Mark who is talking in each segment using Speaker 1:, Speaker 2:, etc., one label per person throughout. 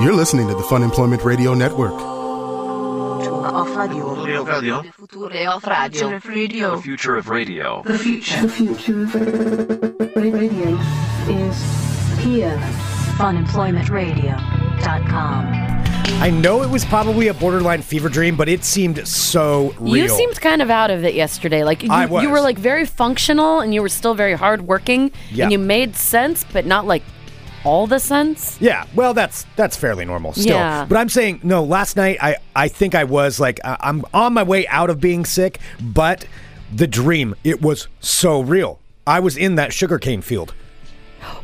Speaker 1: You're listening to the Fun Employment Radio Network.
Speaker 2: Off radio.
Speaker 3: Future of radio.
Speaker 2: Future off radio.
Speaker 3: The future of radio.
Speaker 2: The future.
Speaker 4: The future of radio is here.
Speaker 5: Funemploymentradio.com.
Speaker 6: I know it was probably a borderline fever dream, but it seemed so real.
Speaker 7: You seemed kind of out of it yesterday. Like you,
Speaker 6: I was.
Speaker 7: you were like very functional and you were still very hardworking
Speaker 6: Yeah.
Speaker 7: and you made sense, but not like all the sense.
Speaker 6: Yeah, well, that's that's fairly normal still.
Speaker 7: Yeah.
Speaker 6: But I'm saying no. Last night, I I think I was like I- I'm on my way out of being sick, but the dream it was so real. I was in that sugarcane field.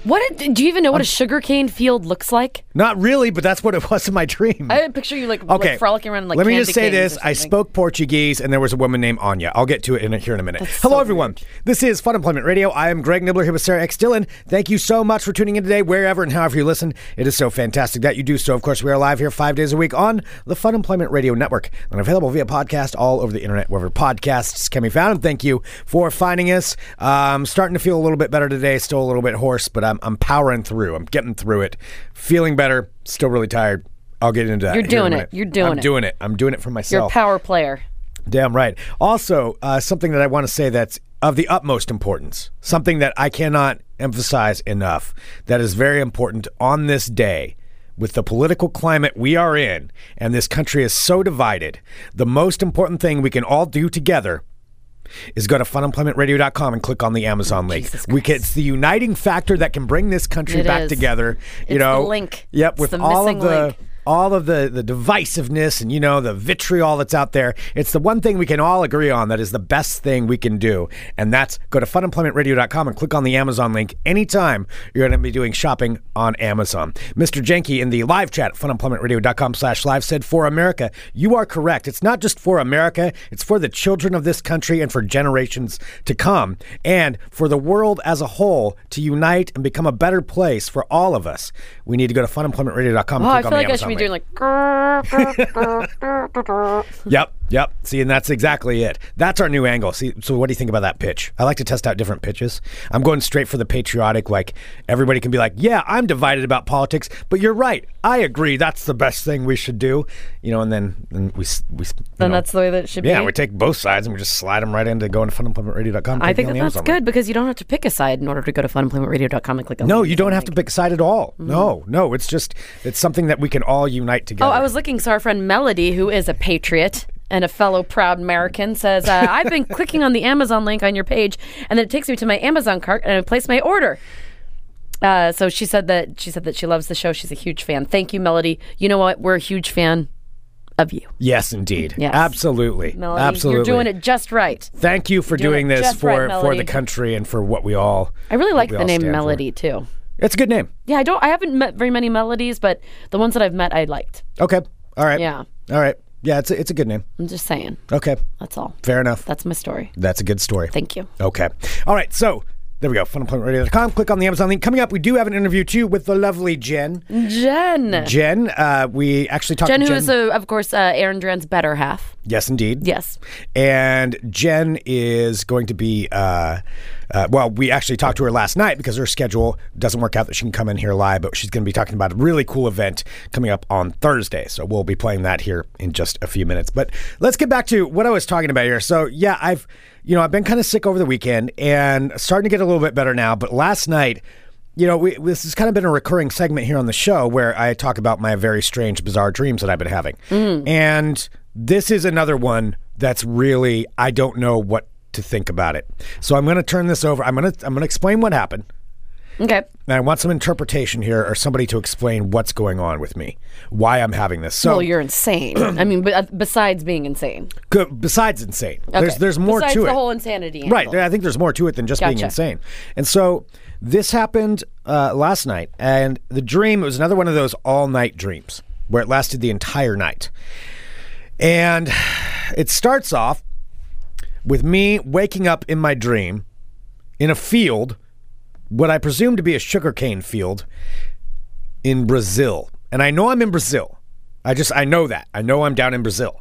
Speaker 7: What did- do you even know what a sugarcane field looks like?
Speaker 6: Not really, but that's what it was in my dream.
Speaker 7: I picture you like, like,
Speaker 6: okay,
Speaker 7: frolicking around in, like.
Speaker 6: let me
Speaker 7: candy
Speaker 6: just say
Speaker 7: canes or
Speaker 6: this: I
Speaker 7: something.
Speaker 6: spoke Portuguese, and there was a woman named Anya. I'll get to it in a, here in a minute.
Speaker 7: That's
Speaker 6: Hello,
Speaker 7: so
Speaker 6: everyone. This is Fun Employment Radio. I am Greg Nibbler here with Sarah X Dillon. Thank you so much for tuning in today, wherever and however you listen. It is so fantastic that you do so. Of course, we are live here five days a week on the Fun Employment Radio Network and available via podcast all over the internet, wherever podcasts can be found. And thank you for finding us. Um, starting to feel a little bit better today. Still a little bit hoarse, but I'm I'm powering through. I'm getting through it. Feeling better. Still really tired. I'll get into that.
Speaker 7: You're
Speaker 6: here in a
Speaker 7: doing it.
Speaker 6: minute.
Speaker 7: You're doing
Speaker 6: I'm
Speaker 7: it.
Speaker 6: doing it. I'm doing it for
Speaker 7: You're a
Speaker 6: myself.
Speaker 7: power player.
Speaker 6: Damn right. Also, uh, something that I want to say that's of the utmost importance, something that I cannot emphasize enough, that is very important on this day. With the political climate we are in, and this country is so divided, the most important thing we can all do together is go to funemploymentradio.com and click on the Amazon link.
Speaker 7: Jesus
Speaker 6: We can, it's the uniting factor that can bring this country
Speaker 7: It
Speaker 6: back
Speaker 7: is.
Speaker 6: together. You
Speaker 7: It's the
Speaker 6: know,
Speaker 7: link.
Speaker 6: Yep,
Speaker 7: It's
Speaker 6: with
Speaker 7: the
Speaker 6: all of
Speaker 7: missing
Speaker 6: the
Speaker 7: link.
Speaker 6: all of the the divisiveness and you know the vitriol that's out there. It's the one thing we can all agree on that is the best thing we can do, and that's go to funemploymentradio.com and click on the Amazon link anytime you're going to be doing shopping on Amazon. Mr. Jenke in the live chat at funemploymentradio.com/live said for America, you are correct. It's not just for America; it's for the children of this country and for generations to come, and for the world as a whole to unite and become a better place for all of us. We need to go to funemploymentradio.com.
Speaker 7: Oh,
Speaker 6: and
Speaker 7: I
Speaker 6: click on
Speaker 7: feel
Speaker 6: the
Speaker 7: like I
Speaker 6: Amazon
Speaker 7: should be
Speaker 6: link.
Speaker 7: doing like.
Speaker 6: Yep, yep. See, and that's exactly it. That's our new angle. See, so what do you think about that pitch? I like to test out different pitches. I'm going straight for the patriotic, like everybody can be like, yeah, I'm divided about politics, but you're right. I agree. That's the best thing we should do. You know, and then, then we, s- we s- you
Speaker 7: Then
Speaker 6: know.
Speaker 7: that's the way that it should
Speaker 6: yeah,
Speaker 7: be.
Speaker 6: we take both sides and we just slide them right into going to funemploymentradio.com. clicking on
Speaker 7: I think that
Speaker 6: the
Speaker 7: that's
Speaker 6: Amazon
Speaker 7: good
Speaker 6: link.
Speaker 7: because you don't have to pick a side in order to go to funemploymentradio.com and click on
Speaker 6: No,
Speaker 7: the
Speaker 6: you don't
Speaker 7: Amazon
Speaker 6: have to
Speaker 7: link.
Speaker 6: pick a side at all. No, no. It's just it's something that we can all unite together.
Speaker 7: Mm-hmm. Oh, I was looking. So our friend Melody, who is a patriot and a fellow proud American, says, uh, "I've been clicking on the Amazon link on your page, and then it takes me to my Amazon cart, and I place my order." Uh, so she said that she said that she loves the show. She's a huge fan. Thank you, Melody. You know what? We're a huge fan of you,
Speaker 6: Yes, indeed.
Speaker 7: Yes.
Speaker 6: Absolutely.
Speaker 7: Melody.
Speaker 6: Absolutely.
Speaker 7: You're doing it just right.
Speaker 6: Thank you for doing,
Speaker 7: Doing it
Speaker 6: this
Speaker 7: just
Speaker 6: for,
Speaker 7: right,
Speaker 6: for the
Speaker 7: Melody.
Speaker 6: country and for what we all.
Speaker 7: I really like
Speaker 6: we
Speaker 7: the
Speaker 6: all
Speaker 7: name
Speaker 6: stand for.
Speaker 7: Melody too.
Speaker 6: It's a good name.
Speaker 7: Yeah, I don't. I haven't met very many melodies, but the ones that I've met, I liked.
Speaker 6: Okay. All right.
Speaker 7: Yeah.
Speaker 6: All right. Yeah, it's a, it's a good name.
Speaker 7: I'm just saying.
Speaker 6: Okay.
Speaker 7: That's all.
Speaker 6: Fair enough.
Speaker 7: That's my story.
Speaker 6: That's a good story.
Speaker 7: Thank you.
Speaker 6: Okay. All right. So there we go. Funemploymentradio.com. Click on the Amazon link. Coming up, we do have an interview too with the lovely Jen.
Speaker 7: Jen.
Speaker 6: Jen, uh, we actually talked
Speaker 7: Mm-hmm. Jen,
Speaker 6: to
Speaker 7: who
Speaker 6: Jen.
Speaker 7: is, uh, of course, uh, Aaron Duran's better half.
Speaker 6: yes, indeed.
Speaker 7: Yes.
Speaker 6: And Jen is going to be, uh, uh, well, we actually talked to her last night because her schedule doesn't work out that she can come in here live, but she's going to be talking about a really cool event coming up on Thursday. So we'll be playing that here in just a few minutes. But let's get back to what I was talking about here. So, yeah, I've, you know, I've been kind of sick over the weekend and starting to get a little bit better now. But last night, you know, we, this has kind of been a recurring segment here on the show where I talk about my very strange, bizarre dreams that I've been having.
Speaker 7: Mm.
Speaker 6: And this is another one that's really, I don't know what to think about it. So I'm going to turn this over. I'm going to, I'm going to explain what happened.
Speaker 7: Okay.
Speaker 6: And I want some interpretation here or somebody to explain what's going on with me, why I'm having this. So
Speaker 7: Well, you're insane. I mean, but, uh, besides being insane,
Speaker 6: good- besides insane, there's,
Speaker 7: Okay.
Speaker 6: there's more
Speaker 7: besides
Speaker 6: to
Speaker 7: the
Speaker 6: it.
Speaker 7: whole insanity.
Speaker 6: Right.
Speaker 7: angle.
Speaker 6: I think there's more to it than just being
Speaker 7: Gotcha.
Speaker 6: insane. And so this happened uh, last night, and the dream it was another one of those all night dreams where it lasted the entire night. And it starts off with me waking up in my dream in a field, what I presume to be a sugarcane field in Brazil. And I know I'm in Brazil. I just, I know that. I know I'm down in Brazil.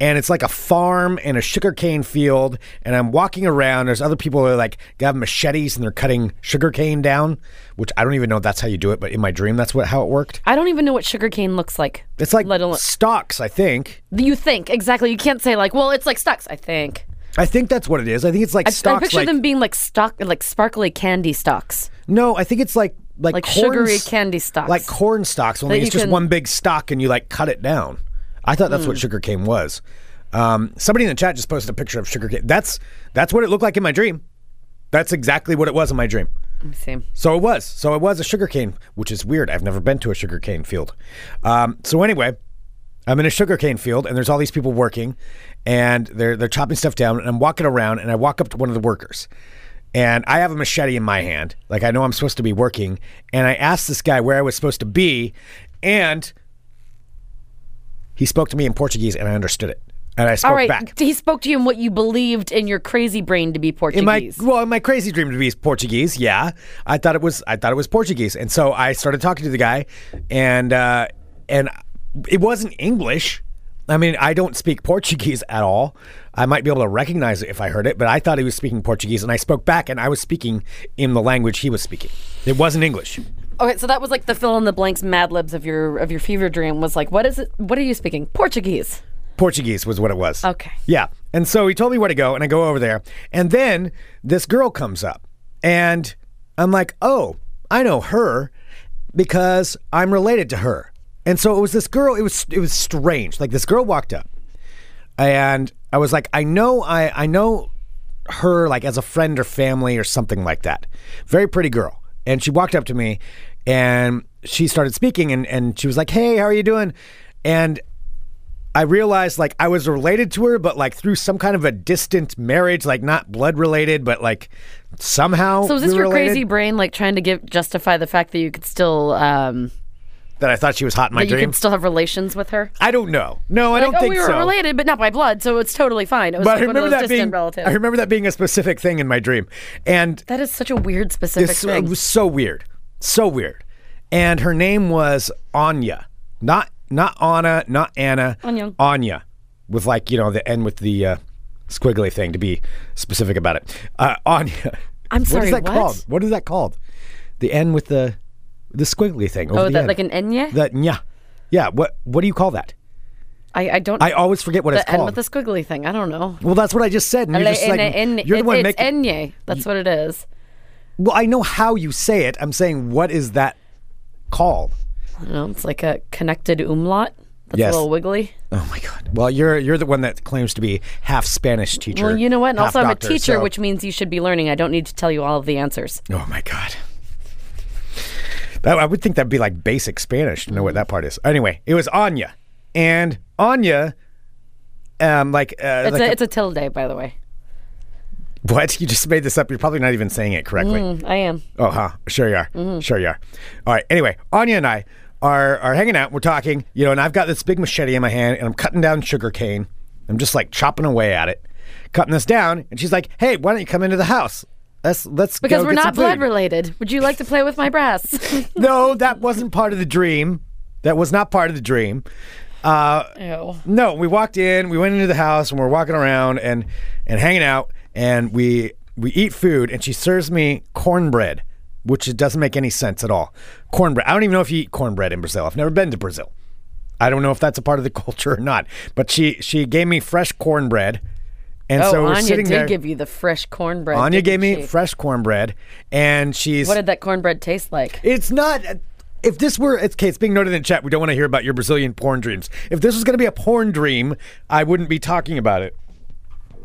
Speaker 6: and it's like a farm and a sugarcane field. And I'm walking around. There's other people that are like they have machetes and they're cutting sugarcane down, which I don't even know if that's how you do it, but in my dream that's what how it worked.
Speaker 7: I don't even know what sugarcane looks like.
Speaker 6: It's like
Speaker 7: Let alone-
Speaker 6: stalks, I think.
Speaker 7: You think exactly. You can't say like, well, it's like stocks. I think.
Speaker 6: I think that's what it is. I think it's like
Speaker 7: I, I
Speaker 6: stalks.
Speaker 7: picture
Speaker 6: like,
Speaker 7: them being like stock, like sparkly candy stalks,
Speaker 6: no, I think it's like like,
Speaker 7: like
Speaker 6: corn
Speaker 7: sugary
Speaker 6: s-
Speaker 7: candy stalks.
Speaker 6: like corn stalks. Only
Speaker 7: That
Speaker 6: it's
Speaker 7: you
Speaker 6: just
Speaker 7: can- Hmm.
Speaker 6: one big stalk, and you like cut it down. I thought that's what sugarcane was. Um, somebody in the chat just posted a picture of sugarcane. That's that's what it looked like in my dream. That's exactly what it was in my dream.
Speaker 7: Let me see.
Speaker 6: So it was. So it was a sugarcane, which is weird. I've never been to a sugarcane field. Um, so anyway, I'm in a sugarcane field, and there's all these people working, and they're they're chopping stuff down. And I'm walking around, and I walk up to one of the workers, and I have a machete in my hand, like I know I'm supposed to be working. And I asked this guy where I was supposed to be, and he spoke to me in Portuguese, and I understood it, and I spoke
Speaker 7: All right,
Speaker 6: back.
Speaker 7: he spoke to you in what you believed in your crazy brain to be Portuguese.
Speaker 6: In my well, in my crazy dream to be Portuguese, yeah. I thought it was I thought it was Portuguese, and so I started talking to the guy, and uh, and it wasn't English. I mean, I don't speak Portuguese at all. I might be able to recognize it if I heard it, but I thought he was speaking Portuguese, and I spoke back, and I was speaking in the language he was speaking. It wasn't English.
Speaker 7: Okay, so that was like the fill in the blanks Mad Libs of your of your fever dream was like, what is it? What are you speaking? Portuguese.
Speaker 6: Portuguese was what it was.
Speaker 7: Okay.
Speaker 6: Yeah. And so he told me where to go, and I go over there. And then this girl comes up, and I'm like, oh, I know her because I'm related to her. And so it was this girl, it was it was strange. Like this girl walked up and I was like, I know I I know her like as a friend or family or something like that. Very pretty girl. And she walked up to me and she started speaking and, and she was like, Hey, how are you doing? And I realized like I was related to her, but like through some kind of a distant marriage, like not blood related, but like somehow.
Speaker 7: So is this
Speaker 6: we were
Speaker 7: your
Speaker 6: related,
Speaker 7: crazy brain like trying to give justify the fact that you could still um
Speaker 6: that I thought she was hot in my
Speaker 7: that you
Speaker 6: dream?
Speaker 7: could still have relations with her?
Speaker 6: I don't know. No, I
Speaker 7: like,
Speaker 6: don't
Speaker 7: oh,
Speaker 6: think
Speaker 7: we were
Speaker 6: so.
Speaker 7: related, but not by blood, so it's totally fine. It was
Speaker 6: But
Speaker 7: like
Speaker 6: I
Speaker 7: one of
Speaker 6: remember
Speaker 7: those
Speaker 6: that
Speaker 7: distant
Speaker 6: being
Speaker 7: relatives.
Speaker 6: I remember that being a specific thing in my dream, and
Speaker 7: that is such a weird specific
Speaker 6: It's-
Speaker 7: thing.
Speaker 6: It uh, was so weird, so weird. And her name was Anya, not not Anna, not Anna.
Speaker 7: Anya.
Speaker 6: Anya, with like you know the end with the uh, squiggly thing to be specific about it. Uh, Anya.
Speaker 7: I'm
Speaker 6: What
Speaker 7: sorry,
Speaker 6: is that
Speaker 7: what?
Speaker 6: called? What is that called? The end with the the squiggly thing. Over
Speaker 7: oh,
Speaker 6: the
Speaker 7: that
Speaker 6: end.
Speaker 7: like an enye?
Speaker 6: That yeah, yeah. What what do you call that?
Speaker 7: I, I don't
Speaker 6: I always forget what
Speaker 7: the
Speaker 6: it's
Speaker 7: end
Speaker 6: called.
Speaker 7: with the squiggly thing. I don't know.
Speaker 6: well, that's what I just said. And you're, just like,
Speaker 7: En- en-
Speaker 6: you're the
Speaker 7: it-
Speaker 6: one
Speaker 7: it's
Speaker 6: making.
Speaker 7: enye. That's what it is.
Speaker 6: well, I know how you say it. I'm saying, what is that called?
Speaker 7: I don't know. It's like a connected umlaut. That's
Speaker 6: Yes.
Speaker 7: a little wiggly.
Speaker 6: Oh my god. Well, you're you're the one that claims to be half Spanish teacher.
Speaker 7: Well, you know what? And
Speaker 6: half
Speaker 7: also, I'm a
Speaker 6: doctor,
Speaker 7: teacher,
Speaker 6: so-
Speaker 7: which means you should be learning. I don't need to tell you all of the answers.
Speaker 6: Oh my god. That, I would think that'd be like basic Spanish to know what that part is. Anyway, it was Anya, and Anya, um, like, uh,
Speaker 7: It's
Speaker 6: like
Speaker 7: a,
Speaker 6: a-
Speaker 7: it's a tilde, by the way.
Speaker 6: what? You just made this up. You're probably not even saying it correctly.
Speaker 7: I am.
Speaker 6: Oh, huh. Sure you are.
Speaker 7: Mm-hmm.
Speaker 6: Sure you are. All right. Anyway, Anya and I are are hanging out. We're talking, you know, and I've got this big machete in my hand, and I'm cutting down sugar cane. I'm just like chopping away at it, cutting this down. And she's like, "Hey, why don't you come into the house? Let's let's
Speaker 7: Because
Speaker 6: go
Speaker 7: we're
Speaker 6: get some
Speaker 7: not blood
Speaker 6: food."
Speaker 7: related. Would you like to play with my brass?
Speaker 6: No, that wasn't part of the dream. That was not part of the dream.
Speaker 7: Ew.
Speaker 6: No, we walked in, we went into the house, and we're walking around and and hanging out, and we we eat food, and she serves me cornbread, which it doesn't make any sense at all. Cornbread. I don't even know if you eat cornbread in Brazil. I've never been to Brazil. I don't know if that's a part of the culture or not. But she she gave me fresh cornbread, and
Speaker 7: Oh,
Speaker 6: so we're
Speaker 7: Anya
Speaker 6: sitting
Speaker 7: did
Speaker 6: there.
Speaker 7: give you the fresh cornbread.
Speaker 6: Anya gave
Speaker 7: didn't
Speaker 6: me
Speaker 7: she?
Speaker 6: fresh cornbread, and she's
Speaker 7: What did that cornbread taste like?
Speaker 6: it's not. If this were it's- okay, it's being noted in chat. We don't want to hear about your Brazilian porn dreams. If this was going to be a porn dream, I wouldn't be talking about it.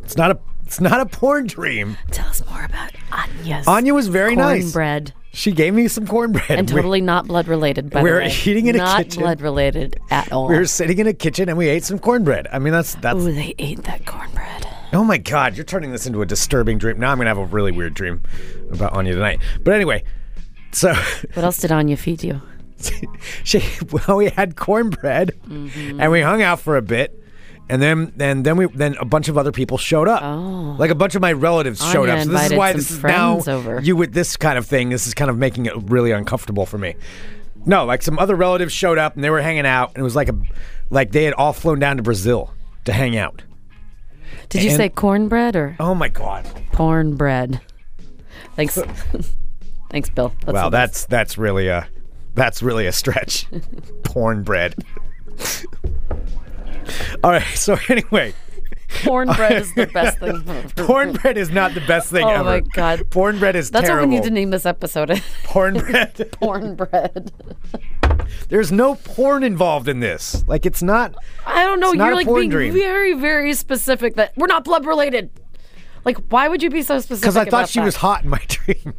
Speaker 6: It's not a. It's not a porn dream.
Speaker 7: Tell us more about Anya's
Speaker 6: Anya was very nice.
Speaker 7: cornbread.
Speaker 6: She gave me some cornbread.
Speaker 7: And
Speaker 6: We-
Speaker 7: totally not blood related, by
Speaker 6: we're
Speaker 7: the way.
Speaker 6: eating in a
Speaker 7: not
Speaker 6: kitchen.
Speaker 7: blood related at all.
Speaker 6: we were sitting in a kitchen and we ate some cornbread. I mean, that's that's.
Speaker 7: Ooh, they ate that cornbread.
Speaker 6: Oh my God, you're turning this into a disturbing dream. Now I'm gonna have a really weird dream about Anya tonight. But anyway, so
Speaker 7: What else did Anya feed you?
Speaker 6: she well we had cornbread
Speaker 7: Mm-hmm.
Speaker 6: and we hung out for a bit and then and then we then a bunch of other people showed up
Speaker 7: Oh.
Speaker 6: like a bunch of my relatives showed
Speaker 7: Anya
Speaker 6: up so this is
Speaker 7: invited
Speaker 6: why
Speaker 7: some
Speaker 6: this is now
Speaker 7: friends over.
Speaker 6: you with this kind of thing this is kind of making it really uncomfortable for me no like some other relatives showed up and they were hanging out and it was like a like they had all flown down to brazil to hang out.
Speaker 7: Did you
Speaker 6: And-
Speaker 7: say cornbread or
Speaker 6: Oh my god!
Speaker 7: porn bread? Thanks. Thanks, Bill. That's
Speaker 6: Wow,
Speaker 7: the best.
Speaker 6: that's that's really a that's really a stretch. Porn bread. All right. So anyway,
Speaker 7: porn bread is the best thing. ever.
Speaker 6: porn bread is not the best thing
Speaker 7: Oh
Speaker 6: ever.
Speaker 7: my God.
Speaker 6: Porn bread is
Speaker 7: That's
Speaker 6: terrible.
Speaker 7: what we need to name this episode.
Speaker 6: Porn bread.
Speaker 7: porn bread.
Speaker 6: There's no porn involved in this. Like it's not.
Speaker 7: I don't know.
Speaker 6: It's not
Speaker 7: You're
Speaker 6: a
Speaker 7: like
Speaker 6: porn
Speaker 7: being
Speaker 6: dream.
Speaker 7: very, very specific that we're not blood related. Like, why would you be so specific?
Speaker 6: because I thought
Speaker 7: about
Speaker 6: she
Speaker 7: that?
Speaker 6: was hot in my dream.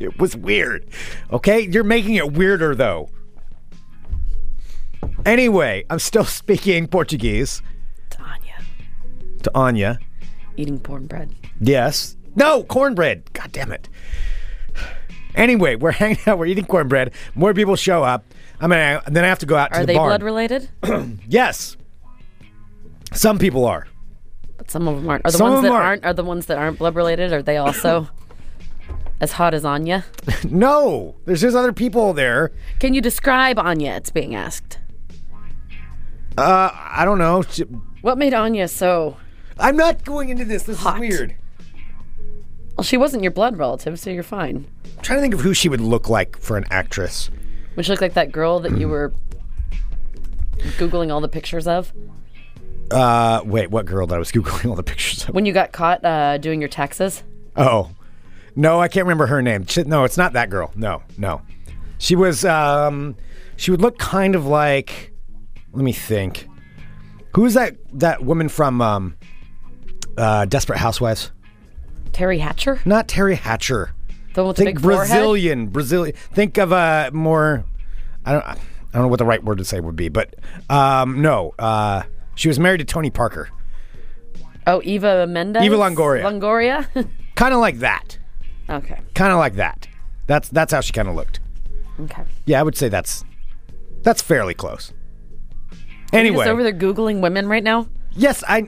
Speaker 6: It was weird. Okay, you're making it weirder though. Anyway, I'm still speaking Portuguese
Speaker 7: Tanya
Speaker 6: to Anya.
Speaker 7: eating porn bread.
Speaker 6: Yes. No, cornbread. God damn it. Anyway, we're hanging out. We're eating cornbread. More people show up. I mean, I, then I have to go out to
Speaker 7: Are
Speaker 6: the
Speaker 7: they
Speaker 6: barn.
Speaker 7: blood related?
Speaker 6: yes. Some people are.
Speaker 7: But some of them aren't. Are the
Speaker 6: Some of
Speaker 7: ones that
Speaker 6: them aren't.
Speaker 7: aren't. Are the ones that aren't blood related? Are they also as hot as Anya?
Speaker 6: No, there's just other people there.
Speaker 7: Can you describe Anya? It's being asked.
Speaker 6: Uh, I don't know. Sh-
Speaker 7: What made Anya so?
Speaker 6: I'm not going into this. This
Speaker 7: Hot.
Speaker 6: is weird.
Speaker 7: Well, she wasn't your blood relative, so you're fine.
Speaker 6: trying to think of who she would look like for an actress.
Speaker 7: Would she look like that girl that you were googling all the pictures of
Speaker 6: Uh, wait, what girl that I was googling all the pictures of?
Speaker 7: when you got caught uh, doing your taxes?
Speaker 6: Oh, no, I can't remember her name. Ch- no, it's not that girl. No, no, she was. Um, she would look kind of like. Let me think. Who is that? That woman from um, uh, Desperate Housewives?
Speaker 7: Terry Hatcher,
Speaker 6: Not Terry Hatcher.
Speaker 7: the one with the
Speaker 6: Think
Speaker 7: big forehead.
Speaker 6: Brazilian. Brazilian. Think of a more. I don't. I don't know what the right word to say would be, but um, no. Uh, she was married to Tony Parker.
Speaker 7: Oh, Eva Mendes.
Speaker 6: Eva Longoria.
Speaker 7: Longoria.
Speaker 6: kind of like that
Speaker 7: okay.
Speaker 6: kind of like that that's that's how she kind of looked
Speaker 7: Okay.
Speaker 6: yeah i would say that's that's fairly close
Speaker 7: You're
Speaker 6: anyway
Speaker 7: Just over there googling women right now.
Speaker 6: yes i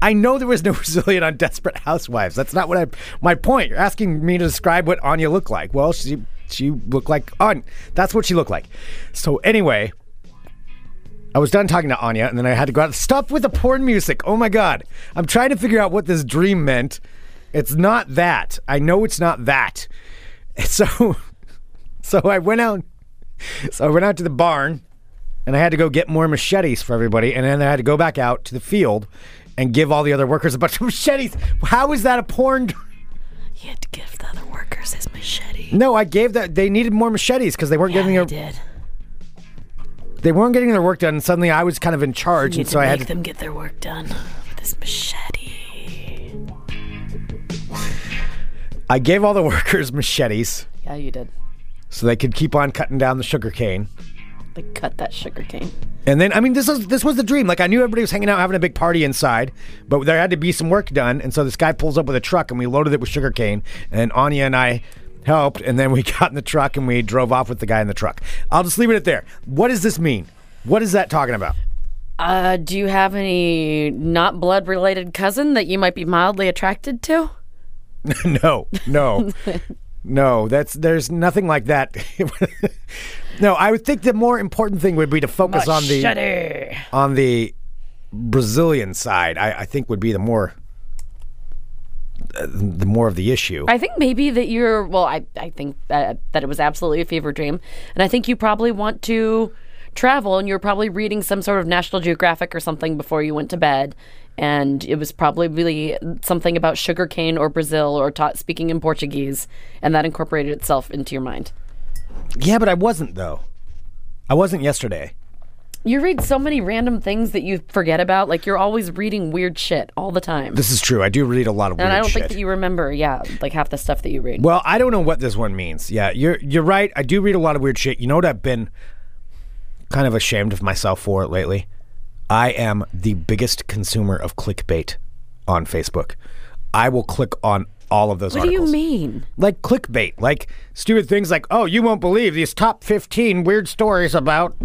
Speaker 6: i know there was no brazilian on desperate housewives that's not what i my point you're asking me to describe what anya looked like well she she looked like on that's what she looked like so anyway I was done talking to Anya, and then I had to go out. Stop with the porn music. Oh my God. I'm trying to figure out what this dream meant. It's not that. I know it's not that. So, so I went out. So I went out to the barn, and I had to go get more machetes for everybody. And then I had to go back out to the field and give all the other workers a bunch of machetes. How is that a porn? dr-
Speaker 7: He had to give the other workers his machete.
Speaker 6: No, I gave that. They needed more machetes because they weren't
Speaker 7: Yeah,
Speaker 6: getting
Speaker 7: he
Speaker 6: their
Speaker 7: did.
Speaker 6: they weren't getting their work done. And suddenly I was kind of in charge,
Speaker 7: He
Speaker 6: and so I had to
Speaker 7: make them get their work done with his machete.
Speaker 6: I gave all the workers machetes.
Speaker 7: Yeah, you did.
Speaker 6: so they could keep on cutting down the sugar cane.
Speaker 7: They cut that sugar cane.
Speaker 6: And then, I mean, this was this was the dream. Like I knew everybody was hanging out, having a big party inside, but there had to be some work done. And so this guy pulls up with a truck, and we loaded it with sugar cane. And Anya and I helped, and then we got in the truck and we drove off with the guy in the truck. I'll just leave it at there. What does this mean? What is that talking about?
Speaker 7: Uh, do you have any not blood related cousin that you might be mildly attracted to?
Speaker 6: no, no, no. That's there's nothing like that. no, I would think the more important thing would be to focus on the
Speaker 7: Machete.
Speaker 6: on the Brazilian side, I, I think would be the more uh, the more of the issue.
Speaker 7: I think maybe that you're, well, I, I think that, that it was absolutely a fever dream. And I think you probably want to travel and you're probably reading some sort of National Geographic or something before you went to bed. And it was probably really something about sugarcane or Brazil or taught speaking in Portuguese. And that incorporated itself into your mind.
Speaker 6: yeah, but I wasn't though. I wasn't yesterday.
Speaker 7: You read so many random things that you forget about. Like you're always reading weird shit all the time.
Speaker 6: This is true. I do read a lot of weird
Speaker 7: and I don't
Speaker 6: shit.
Speaker 7: think that you remember, yeah, like half the stuff that you read.
Speaker 6: well, I don't know what this one means. Yeah, you're you're right. I do read a lot of weird shit. You know what I've been kind of ashamed of myself for lately? I am the biggest consumer of clickbait on Facebook. I will click on all of those
Speaker 7: what do you
Speaker 6: articles.
Speaker 7: mean?
Speaker 6: like clickbait, like stupid things like, oh, you won't believe these top 15 weird stories about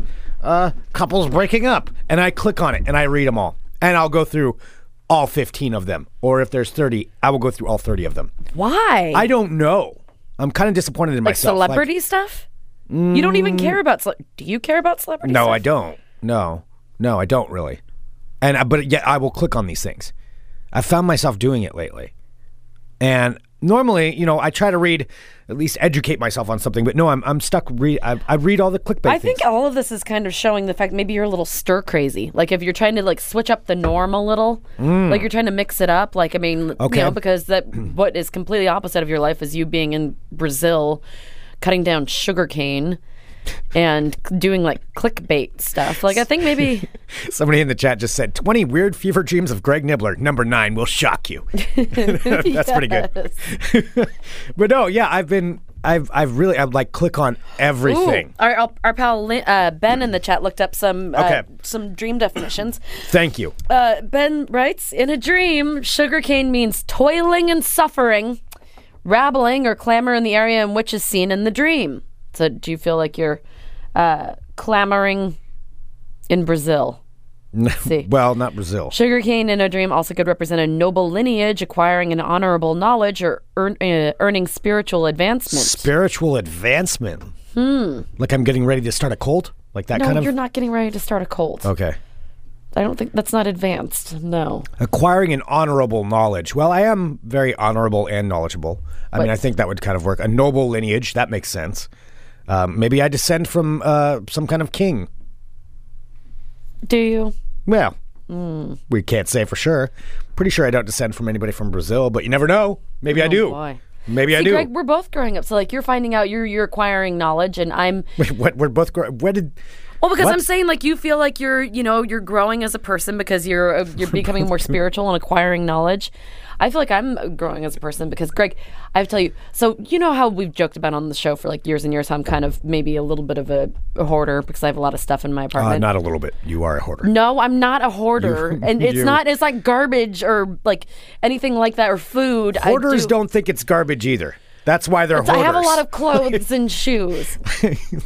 Speaker 6: uh, couples breaking up. And I click on it and I read them all. And I'll go through all 15 of them. Or if there's 30, I will go through all 30 of them.
Speaker 7: Why?
Speaker 6: I don't know. I'm kind of disappointed in
Speaker 7: like
Speaker 6: myself. Like,
Speaker 7: celebrity stuff. you don't even care about. Cele- do you care about celebrity?
Speaker 6: no,
Speaker 7: stuff?
Speaker 6: I don't. No. No, I don't really. And I- but yet I will click on these things. I found myself doing it lately. And normally, you know, I try to read at least educate myself on something, but no, I'm I'm stuck read I, I read all the clickbait
Speaker 7: I think
Speaker 6: things.
Speaker 7: all of this is kind of showing the fact maybe you're a little stir crazy. Like if you're trying to like switch up the norm a little, like you're trying to mix it up. Like I mean,
Speaker 6: Okay.
Speaker 7: you know, because that what is completely opposite of your life is you being in Brazil, cutting down sugarcane, and doing like clickbait stuff. Like I think maybe
Speaker 6: Somebody in the chat just said 20 weird fever dreams of Greg Nibbler, number 9 will shock you. That's pretty good. but no, yeah, I've been I've I've really I've like click on
Speaker 7: Ooh,
Speaker 6: everything.
Speaker 7: our, our our pal Lin- uh, Ben in the chat looked up some uh,
Speaker 6: Okay.
Speaker 7: some dream definitions.
Speaker 6: Thank you.
Speaker 7: Uh, ben writes In a dream, sugarcane means toiling and suffering, rabbling or clamor in the area in which is seen in the dream. So, do you feel like you're uh, clamoring in Brazil? see.
Speaker 6: well, not Brazil.
Speaker 7: Sugarcane in a dream also could represent a noble lineage, acquiring an honorable knowledge or earn, uh, earning spiritual advancement.
Speaker 6: Spiritual advancement. Hmm. Like I'm getting ready to start a cult? Like that
Speaker 7: no,
Speaker 6: kind of
Speaker 7: you're not getting ready to start a cult.
Speaker 6: Okay.
Speaker 7: I don't think that's not advanced. No.
Speaker 6: Acquiring an honorable knowledge. Well, I am very honorable and knowledgeable. I mean,
Speaker 7: But-
Speaker 6: I think that would kind of work. A noble lineage, that makes sense. Um, maybe I descend from uh, some kind of king.
Speaker 7: Do you?
Speaker 6: Well,
Speaker 7: Hmm.
Speaker 6: we can't say for sure. Pretty sure I don't descend from anybody from Brazil, but you never know. Maybe I
Speaker 7: Oh,
Speaker 6: do.
Speaker 7: boy.
Speaker 6: Maybe I
Speaker 7: See,
Speaker 6: do.
Speaker 7: Greg, we're both growing up, so like you're finding out you're you're acquiring knowledge, and I'm
Speaker 6: what, we're both. Gro- where did?
Speaker 7: well because
Speaker 6: What?
Speaker 7: I'm saying like you feel like you're you know you're growing as a person because you're uh, you're becoming more spiritual and acquiring knowledge. I feel like I'm growing as a person because Greg, I have to tell you. So you know how we've joked about on the show for like years and years how I'm kind of maybe a little bit of a, a hoarder because I have a lot of stuff in my
Speaker 6: Uh,
Speaker 7: apartment.
Speaker 6: not a little bit. You are a hoarder.
Speaker 7: No, I'm not a hoarder, and it's
Speaker 6: you-
Speaker 7: not. It's like garbage or like anything like that or food. I
Speaker 6: Hoarders
Speaker 7: do-
Speaker 6: do. not think it's garbage either. That's why they're
Speaker 7: I
Speaker 6: hoarders.
Speaker 7: have a lot of clothes and shoes.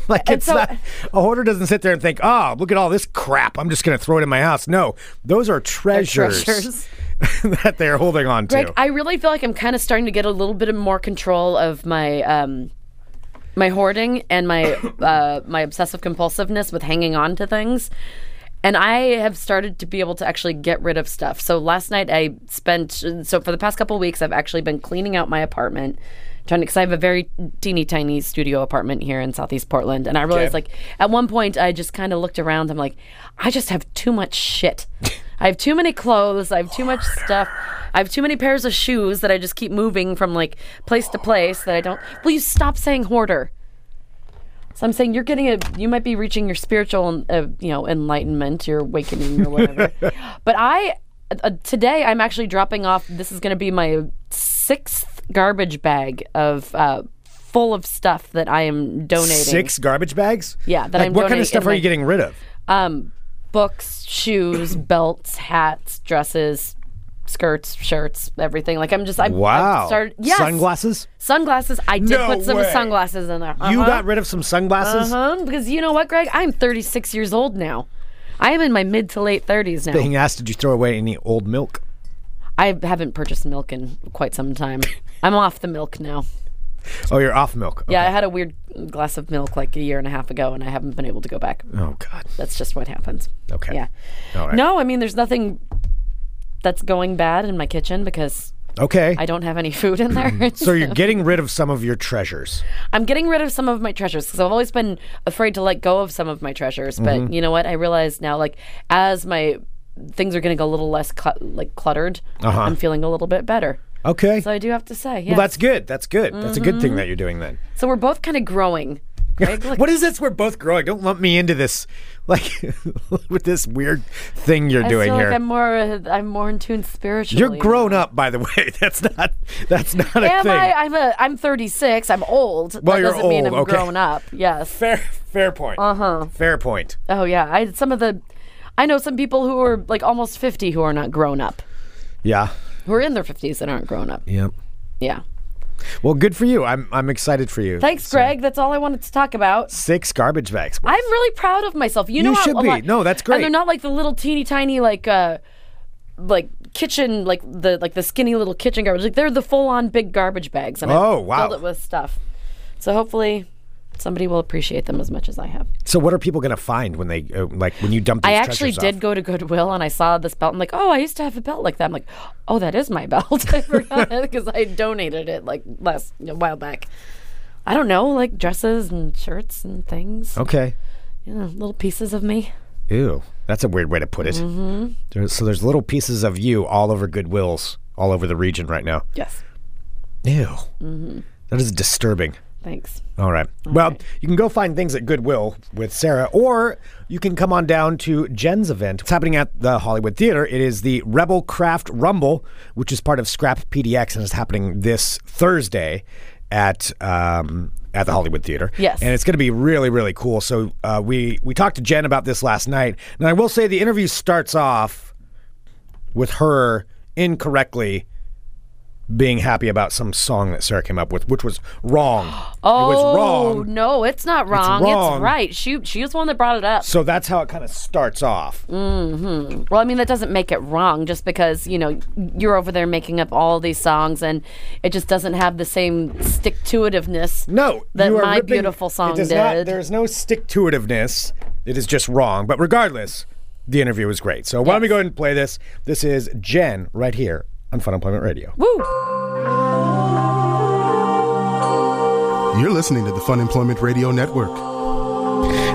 Speaker 6: like it's
Speaker 7: so-
Speaker 6: not, a hoarder doesn't sit there and think, "Oh, look at all this crap! I'm just going to throw it in my house." No, those are treasures,
Speaker 7: treasures.
Speaker 6: that they're holding on
Speaker 7: Greg,
Speaker 6: to.
Speaker 7: I really feel like I'm kind of starting to get a little bit of more control of my um, my hoarding and my uh, my obsessive compulsiveness with hanging on to things. And I have started to be able to actually get rid of stuff. So last night I spent so for the past couple weeks I've actually been cleaning out my apartment, trying because I have a very teeny tiny studio apartment here in Southeast Portland. And I realized like at one point I just kind of looked around. I'm like, I just have too much shit. I have too many clothes. I have too much stuff. I have too many pairs of shoes that I just keep moving from like place to place that I don't. Will you stop saying hoarder? So I'm saying you're getting a, you might be reaching your spiritual, uh, you know, enlightenment, your awakening or whatever. but I, uh, today I'm actually dropping off. This is going to be my sixth garbage bag of uh, full of stuff that I am donating.
Speaker 6: Six garbage bags.
Speaker 7: Yeah, that
Speaker 6: like,
Speaker 7: I'm
Speaker 6: what kind
Speaker 7: donating
Speaker 6: of stuff
Speaker 7: in
Speaker 6: are
Speaker 7: my-
Speaker 6: you getting rid of?
Speaker 7: um, books, shoes, belts, hats, dresses, skirts, shirts, everything. Like I'm just I
Speaker 6: Wow.
Speaker 7: I started yes,
Speaker 6: Sunglasses.
Speaker 7: Sunglasses. I did
Speaker 6: No
Speaker 7: put some
Speaker 6: way.
Speaker 7: sunglasses in there.
Speaker 6: You
Speaker 7: Uh-huh.
Speaker 6: got rid of some sunglasses.
Speaker 7: Uh-huh, because you know what, Greg? I'm 36 years old now. I am in my mid to late 30s now.
Speaker 6: Being asked, did you throw away any old milk?
Speaker 7: I haven't purchased milk in quite some time. I'm off the milk now.
Speaker 6: Oh, you're off milk.
Speaker 7: Yeah, I had a weird glass of milk like a year and a half ago, and I haven't been able to go back.
Speaker 6: Oh God.
Speaker 7: That's just what happens.
Speaker 6: Okay.
Speaker 7: Yeah.
Speaker 6: All right.
Speaker 7: No, I mean, there's nothing that's going bad in my kitchen because
Speaker 6: Okay.
Speaker 7: I don't have any food in there.
Speaker 6: Mm-hmm. so you're getting rid of some of your treasures.
Speaker 7: I'm getting rid of some of my treasures because I've always been afraid to let go of some of my treasures. But
Speaker 6: Mm-hmm.
Speaker 7: you know what? I realize now, like as my things are getting a little less cl- like cluttered, I'm feeling a little bit better.
Speaker 6: Okay.
Speaker 7: So I do have to say,
Speaker 6: Uh-huh.
Speaker 7: yeah. Mm-hmm.
Speaker 6: well, that's good. That's good. That's a good thing that you're doing then.
Speaker 7: so we're both kind of growing. Greg, like,
Speaker 6: What is this? We're both growing. Don't lump me into this, like, with this weird thing you're
Speaker 7: I
Speaker 6: doing
Speaker 7: feel
Speaker 6: here.
Speaker 7: like I'm more uh, I'm more in tune spiritually.
Speaker 6: you're grown up, by the way. That's not. That's not a
Speaker 7: Am
Speaker 6: thing.
Speaker 7: I? I'm a. I'm 36. I'm old.
Speaker 6: Well,
Speaker 7: that
Speaker 6: you're
Speaker 7: doesn't mean I'm
Speaker 6: old, okay.
Speaker 7: grown up. Yes.
Speaker 6: fair. Fair point. Uh huh. Fair point.
Speaker 7: Oh yeah. I some of the. I know some people who are like almost 50 who are not grown up.
Speaker 6: Yeah.
Speaker 7: Who are in their 50s and aren't grown up.
Speaker 6: Yep.
Speaker 7: Yeah.
Speaker 6: Well, good for you. I'm. I'm excited for you.
Speaker 7: Thanks, Greg. That's all I wanted to talk about.
Speaker 6: Six garbage bags.
Speaker 7: I'm really proud of myself. You
Speaker 6: You
Speaker 7: know, how-
Speaker 6: should
Speaker 7: a
Speaker 6: be.
Speaker 7: lot-
Speaker 6: No, that's
Speaker 7: And
Speaker 6: great.
Speaker 7: they're not like the little teeny tiny like uh like kitchen like the like the skinny little kitchen garbage. Like they're the full on big garbage bags. And I
Speaker 6: Oh, wow.
Speaker 7: Filled it with stuff. So hopefully somebody will appreciate them as much as I have.
Speaker 6: So what are people going to find when they uh, like when you dump? These
Speaker 7: I actually
Speaker 6: treasures
Speaker 7: did
Speaker 6: off?
Speaker 7: go to Goodwill and I saw this belt. I'm like, oh, I used to have a belt like that. I'm like, oh, that is my belt. I forgot because I donated it like last a while back. I don't know, like dresses and shirts and things,
Speaker 6: Okay.
Speaker 7: you know, little pieces of me.
Speaker 6: Ew, that's a weird way to put it.
Speaker 7: Mm-hmm.
Speaker 6: There- so there's little pieces of you all over Goodwills, all over the region right now.
Speaker 7: Yes,
Speaker 6: Ew, That is disturbing.
Speaker 7: thanks.
Speaker 6: All right. well, you can go find things at Goodwill with Sarah, or you can come on down to Jen's event. It's happening at the Hollywood Theater. It is the Rebel Craft Rumble, which is part of Scrap PDX and is happening this Thursday at. Um, at the Hollywood Theater,
Speaker 7: Yes.
Speaker 6: and it's going to be really, really cool. So uh, we we talked to Jen about this last night, and I will say the interview starts off with her incorrectly being happy about some song that Sarah came up with, which was wrong.
Speaker 7: Oh
Speaker 6: it was wrong.
Speaker 7: no, it's not wrong. It's,
Speaker 6: wrong.
Speaker 7: right. She she was the one that brought it up.
Speaker 6: So that's how it kind of starts off.
Speaker 7: Mm. Well, I mean, that doesn't make it wrong just because, you know, you're over there making up all these songs and it just doesn't have the same stick to itiveness.
Speaker 6: No,
Speaker 7: That
Speaker 6: you are
Speaker 7: My
Speaker 6: ripping-
Speaker 7: Beautiful Song
Speaker 6: it does not-
Speaker 7: did.
Speaker 6: there's no stick to itiveness. It is just wrong. But regardless, the interview was great. So why don't we
Speaker 7: Yes.
Speaker 6: go ahead and play this? This is Jen right here on Fun Employment Radio.
Speaker 7: Woo!
Speaker 1: You're listening to the Fun Employment Radio Network.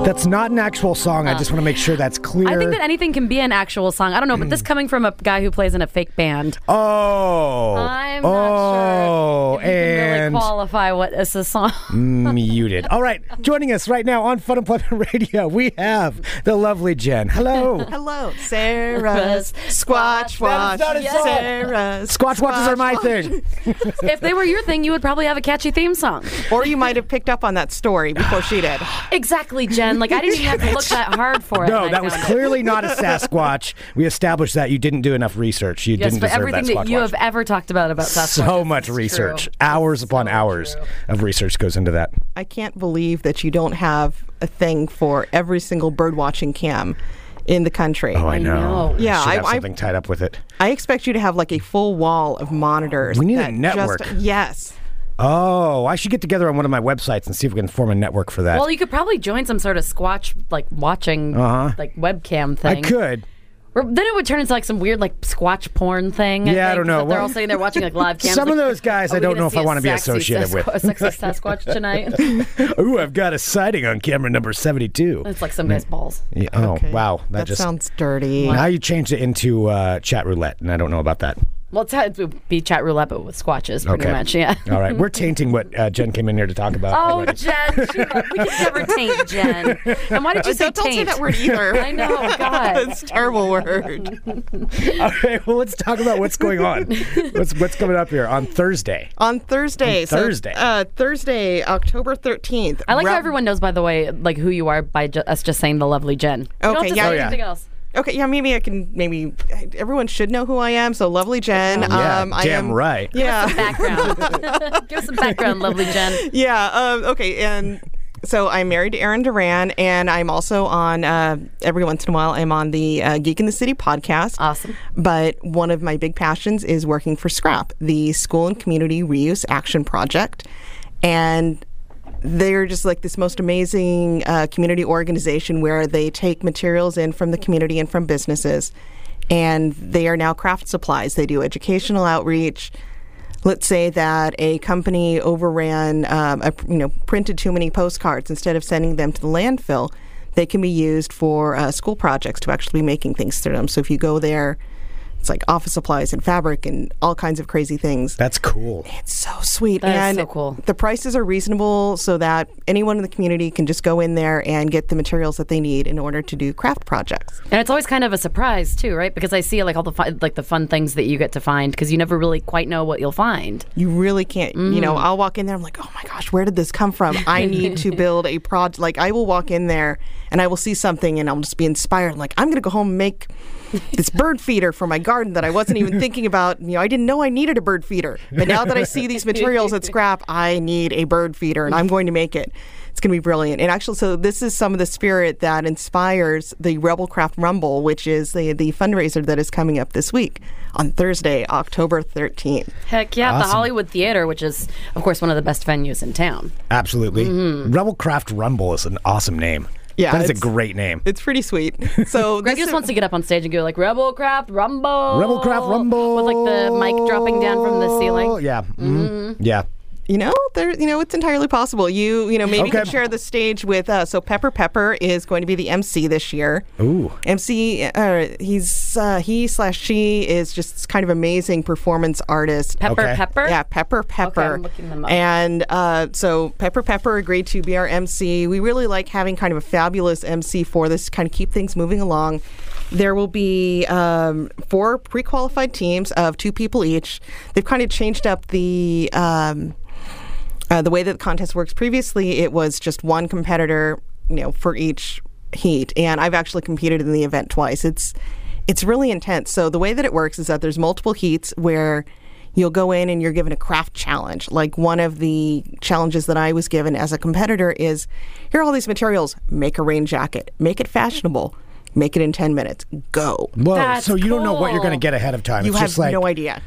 Speaker 6: That's not an actual song. I just want to make sure that's clear.
Speaker 7: I think that anything can be an actual song. I don't know, but
Speaker 6: Hmm.
Speaker 7: this coming from a guy who plays in a fake band,
Speaker 6: oh,
Speaker 7: I'm not
Speaker 6: oh,
Speaker 7: sure if you can really
Speaker 6: and Mm.
Speaker 7: qualify what is a song.
Speaker 6: muted. All right, joining us right now on Fun Employment Radio, we have the lovely Jen. Hello.
Speaker 5: Hello, Sarah's Squatch Watch.
Speaker 6: not a song.
Speaker 5: Sarah's
Speaker 6: Squatch watches are my
Speaker 5: Watch.
Speaker 6: thing.
Speaker 7: if they were your thing, you would probably have a catchy theme song.
Speaker 5: Or you might have picked up on that story before she did.
Speaker 7: Exactly, Jen. Like I didn't even have to look that hard for it.
Speaker 6: No,
Speaker 7: and I
Speaker 6: that was
Speaker 7: found it.
Speaker 6: clearly not a Sasquatch. We established that you didn't do enough research. You
Speaker 7: Yes,
Speaker 6: didn't
Speaker 7: but
Speaker 6: deserve
Speaker 7: everything
Speaker 6: that
Speaker 7: that, you
Speaker 6: Squatch
Speaker 7: have ever talked about about Sasquatch.
Speaker 6: So much research, hours upon hours of research goes into that.
Speaker 5: I can't believe that you don't have a thing for every single bird watching cam in the country.
Speaker 6: Oh, I, know.
Speaker 7: know.
Speaker 5: Yeah,
Speaker 6: should
Speaker 5: I-
Speaker 6: have
Speaker 5: I-
Speaker 6: something tied up with it.
Speaker 5: I expect you to have like a full wall of monitors.
Speaker 6: We need a
Speaker 5: that
Speaker 6: network.
Speaker 5: Just, yes.
Speaker 6: Oh, I should get together on one of my websites and see if we can form a network for that.
Speaker 7: Well, you could probably join some sort of Squatch like watching like webcam
Speaker 6: Uh-huh.
Speaker 7: thing.
Speaker 6: I could.
Speaker 7: Or- then it would turn into like some weird like Squatch porn thing.
Speaker 6: Yeah, I
Speaker 7: think,
Speaker 6: don't know.
Speaker 7: that They're
Speaker 6: Well-
Speaker 7: all sitting there watching like live cams.
Speaker 6: Some of
Speaker 7: like,
Speaker 6: those guys I
Speaker 7: "Are Oh, we
Speaker 6: don't
Speaker 7: gonna
Speaker 6: know if
Speaker 7: see
Speaker 6: I
Speaker 7: a
Speaker 6: wanna be
Speaker 7: sexy
Speaker 6: associated with."
Speaker 7: Sasquatch- sexy Sasquatch tonight.
Speaker 6: Ooh, I've got a sighting on camera number 72.
Speaker 7: it's like some guy's balls.
Speaker 6: Yeah, oh,
Speaker 5: Okay.
Speaker 6: wow. That,
Speaker 5: That
Speaker 6: just.
Speaker 5: sounds dirty.
Speaker 6: now you changed it into uh, chat roulette, and I don't know about that.
Speaker 7: Well, it's, it would be chat roulette, but with Squatches, pretty
Speaker 6: Okay.
Speaker 7: much. Yeah.
Speaker 6: All right. We're tainting what uh, Jen came in here to talk about.
Speaker 7: Oh,
Speaker 6: already.
Speaker 7: Jen, she- we can never taint Jen. And why did
Speaker 6: Oh,
Speaker 7: you say
Speaker 5: Oh, Don't, don't say
Speaker 7: taint?
Speaker 5: that word either.
Speaker 7: I know, God.
Speaker 5: That's a terrible word.
Speaker 6: All right, well, let's talk about what's going on. what's what's coming up here on Thursday?
Speaker 5: On Thursday. so,
Speaker 6: Thursday.
Speaker 5: uh, Thursday, October 13th.
Speaker 7: I like how
Speaker 5: Rel-
Speaker 7: everyone knows, by the way, like who you are by ju- us just saying the lovely Jen. You don't have
Speaker 5: Okay,
Speaker 7: to
Speaker 5: yeah.
Speaker 7: say
Speaker 5: Oh,
Speaker 6: yeah.
Speaker 7: anything else.
Speaker 5: Okay, yeah, maybe I can. Maybe everyone should know who I am. So, lovely Jen.
Speaker 6: Oh, Yeah,
Speaker 5: um, I
Speaker 6: damn
Speaker 5: am,
Speaker 6: right.
Speaker 5: Yeah,
Speaker 7: Background. Give us some background, lovely Jen.
Speaker 5: yeah. Um, okay, and so I'm married to Aaron Duran, and I'm also on. Uh, every once in a while, I'm on the uh, Geek in the City podcast.
Speaker 7: Awesome.
Speaker 5: But one of my big passions is working for Scrap, the School and Community Reuse Action Project, and they're just like this most amazing uh, community organization where they take materials in from the community and from businesses, and they are now craft supplies. They do educational outreach. Let's say that a company overran, um, a, you know, printed too many postcards instead of sending them to the landfill. They can be used for uh, school projects to actually be making things through them. So if you go there, it's like office supplies and fabric and all kinds of crazy things
Speaker 6: That's cool.
Speaker 5: so sweet
Speaker 7: That is
Speaker 5: and
Speaker 7: so cool.
Speaker 5: the prices are reasonable so that anyone in the community can just go in there and get the materials that they need in order to do craft projects
Speaker 7: And it's always kind of a surprise too, right? Because I see like all the fun, like the fun things that you get to find because you never really quite know what you'll find.
Speaker 5: you really can't you know i'll walk in there i'm like oh my gosh where did this come from i need to build a project like i will walk in there and i will see something and i'll just be inspired like i'm going to go home and make this bird feeder for my garden that I wasn't even thinking about. You know, I didn't know I needed a bird feeder. But now that I see these materials at scrap, I need a bird feeder and I'm going to make it. It's going to be brilliant. And actually, so this is some of the spirit that inspires the Rebel Craft Rumble, which is the, the fundraiser that is coming up this week on Thursday, October 13th.
Speaker 7: Heck yeah, the Hollywood Theater, which is, of course, one of the best venues in town.
Speaker 6: Absolutely.
Speaker 7: Mm-hmm.
Speaker 6: Rebel Craft Rumble is an awesome name.
Speaker 5: Yeah,
Speaker 6: That is a
Speaker 5: it's-
Speaker 6: great name.
Speaker 5: It's pretty sweet. So
Speaker 7: Greg
Speaker 5: this
Speaker 7: just wants to get up on stage and go like Rebel Craft Rumble.
Speaker 6: Rebel Craft Rumble.
Speaker 7: Oh, With like the mic dropping down from the ceiling. Mm-hmm.
Speaker 6: Yeah. mhm, Yeah.
Speaker 5: you know, there, you know, it's entirely possible. You, you know, maybe you
Speaker 6: Okay.
Speaker 5: can share the stage with. Uh, so Pepper Pepper is going to be the MC this year. Ooh, MC. Uh, he's uh, he slash she is just kind of amazing performance artist.
Speaker 7: Pepper
Speaker 6: Okay.
Speaker 7: Pepper.
Speaker 5: Yeah, Pepper Pepper.
Speaker 7: I'm looking them up.
Speaker 5: And uh, so Pepper Pepper agreed to be our MC. We really like having kind of a fabulous MC for this, kind of keep things moving along. There will be um, four pre qualified teams of two people each. They've kind of changed up the. Um, uh, the way that the contest works previously, it was just one competitor, you know, for each heat. And I've actually competed in the event twice. It's it's really intense. So the way that it works is that there's multiple heats where you'll go in and you're given a craft challenge. Like one of the challenges that I was given as a competitor is, here are all these materials. Make a rain jacket. Make it fashionable. Make it in ten minutes. Go.
Speaker 6: Whoa.
Speaker 7: That's
Speaker 6: so you don't know what you're
Speaker 7: cool.
Speaker 6: going to get ahead of time.
Speaker 5: You
Speaker 6: it's
Speaker 5: have
Speaker 6: just like,
Speaker 5: no idea.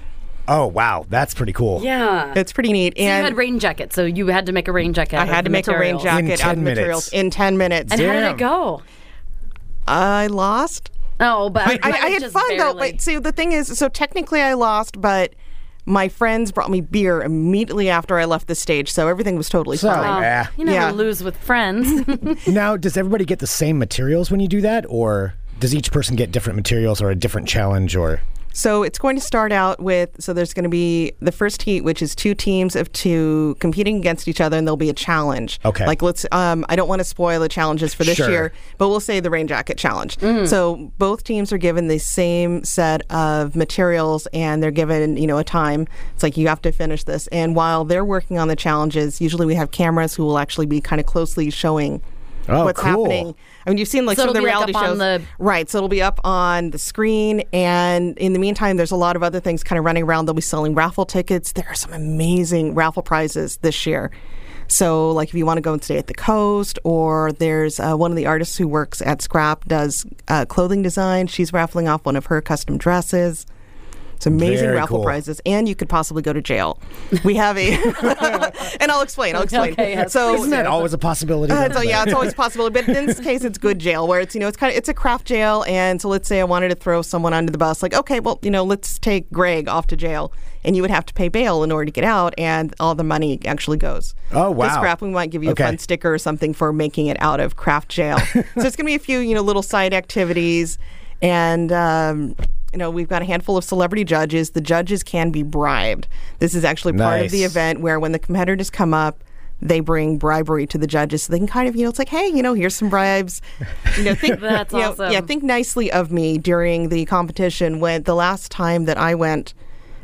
Speaker 6: oh, wow. That's pretty cool.
Speaker 7: Yeah.
Speaker 5: It's pretty neat.
Speaker 7: So you
Speaker 5: and
Speaker 7: had rain jacket, so you had to make a rain jacket.
Speaker 5: I had to make a rain jacket out
Speaker 6: 10
Speaker 5: of
Speaker 6: minutes.
Speaker 5: materials in ten minutes.
Speaker 7: And how did
Speaker 6: Damn.
Speaker 7: it go?
Speaker 5: I lost.
Speaker 7: Oh, but
Speaker 5: I,
Speaker 7: might
Speaker 5: I
Speaker 7: have
Speaker 5: had
Speaker 7: just
Speaker 5: fun though.
Speaker 7: barely-
Speaker 5: But see, the thing is, so technically I lost, but my friends brought me beer immediately after I left the stage, so everything was totally
Speaker 6: So,
Speaker 5: fine.
Speaker 6: eh.
Speaker 7: you never
Speaker 5: yeah.
Speaker 7: lose with friends.
Speaker 6: Now, does everybody get the same materials when you do that, or does each person get different materials or a different challenge? Or
Speaker 5: So it's going to start out with so there's going to be the first heat, which is two teams of two competing against each other, and there'll be a challenge.
Speaker 6: Okay.
Speaker 5: Like let's um, I don't want to spoil the challenges for this
Speaker 6: Sure.
Speaker 5: year, but we'll say the rain jacket challenge. So both teams are given the same set of materials, and they're given you know a time. It's like you have to finish this, and while they're working on the challenges, usually we have cameras who will actually be kind of closely showing.
Speaker 6: Oh,
Speaker 5: what's
Speaker 6: cool.
Speaker 5: happening? I mean, you've seen like
Speaker 7: So
Speaker 5: some of the
Speaker 7: it'll
Speaker 5: reality
Speaker 7: be, like, up on
Speaker 5: shows,
Speaker 7: the-
Speaker 5: Right. So it'll be up on the screen. And in the meantime, there's a lot of other things kind of running around. They'll be selling raffle tickets. There are some amazing raffle prizes this year. So, like, if you want to go and stay at the coast, or there's uh, one of the artists who works at Scrap does uh, clothing design. She's raffling off one of her custom dresses. It's amazing
Speaker 6: Very
Speaker 5: raffle
Speaker 6: cool.
Speaker 5: prizes, and you could possibly go to jail. We have a, and I'll explain. I'll explain.
Speaker 7: Okay, yes,
Speaker 5: so
Speaker 7: please
Speaker 6: isn't that always a possibility?
Speaker 5: uh,
Speaker 6: though?
Speaker 5: so yeah, it's always a possibility. But in this case, it's good jail where it's you know it's kind of it's a craft jail. And so let's say I wanted to throw someone under the bus, like okay, well you know let's take Greg off to jail, and you would have to pay bail in order to get out, and all the money actually goes.
Speaker 6: Oh, wow.
Speaker 5: To scrap, we might give you
Speaker 6: Okay.
Speaker 5: a fun sticker or something for making it out of craft jail. so it's gonna be a few you know little side activities, and. Um, you know, we've got a handful of celebrity judges. The judges can be bribed. This is actually part of the
Speaker 6: Nice.
Speaker 5: event event where when the competitors come up, they bring bribery to the judges, so they can kind of, you know, it's like, hey, you know, here's some bribes. You know, think,
Speaker 7: That's
Speaker 5: you know,
Speaker 7: awesome.
Speaker 5: Yeah, think nicely of me during the competition. When the last time that I went,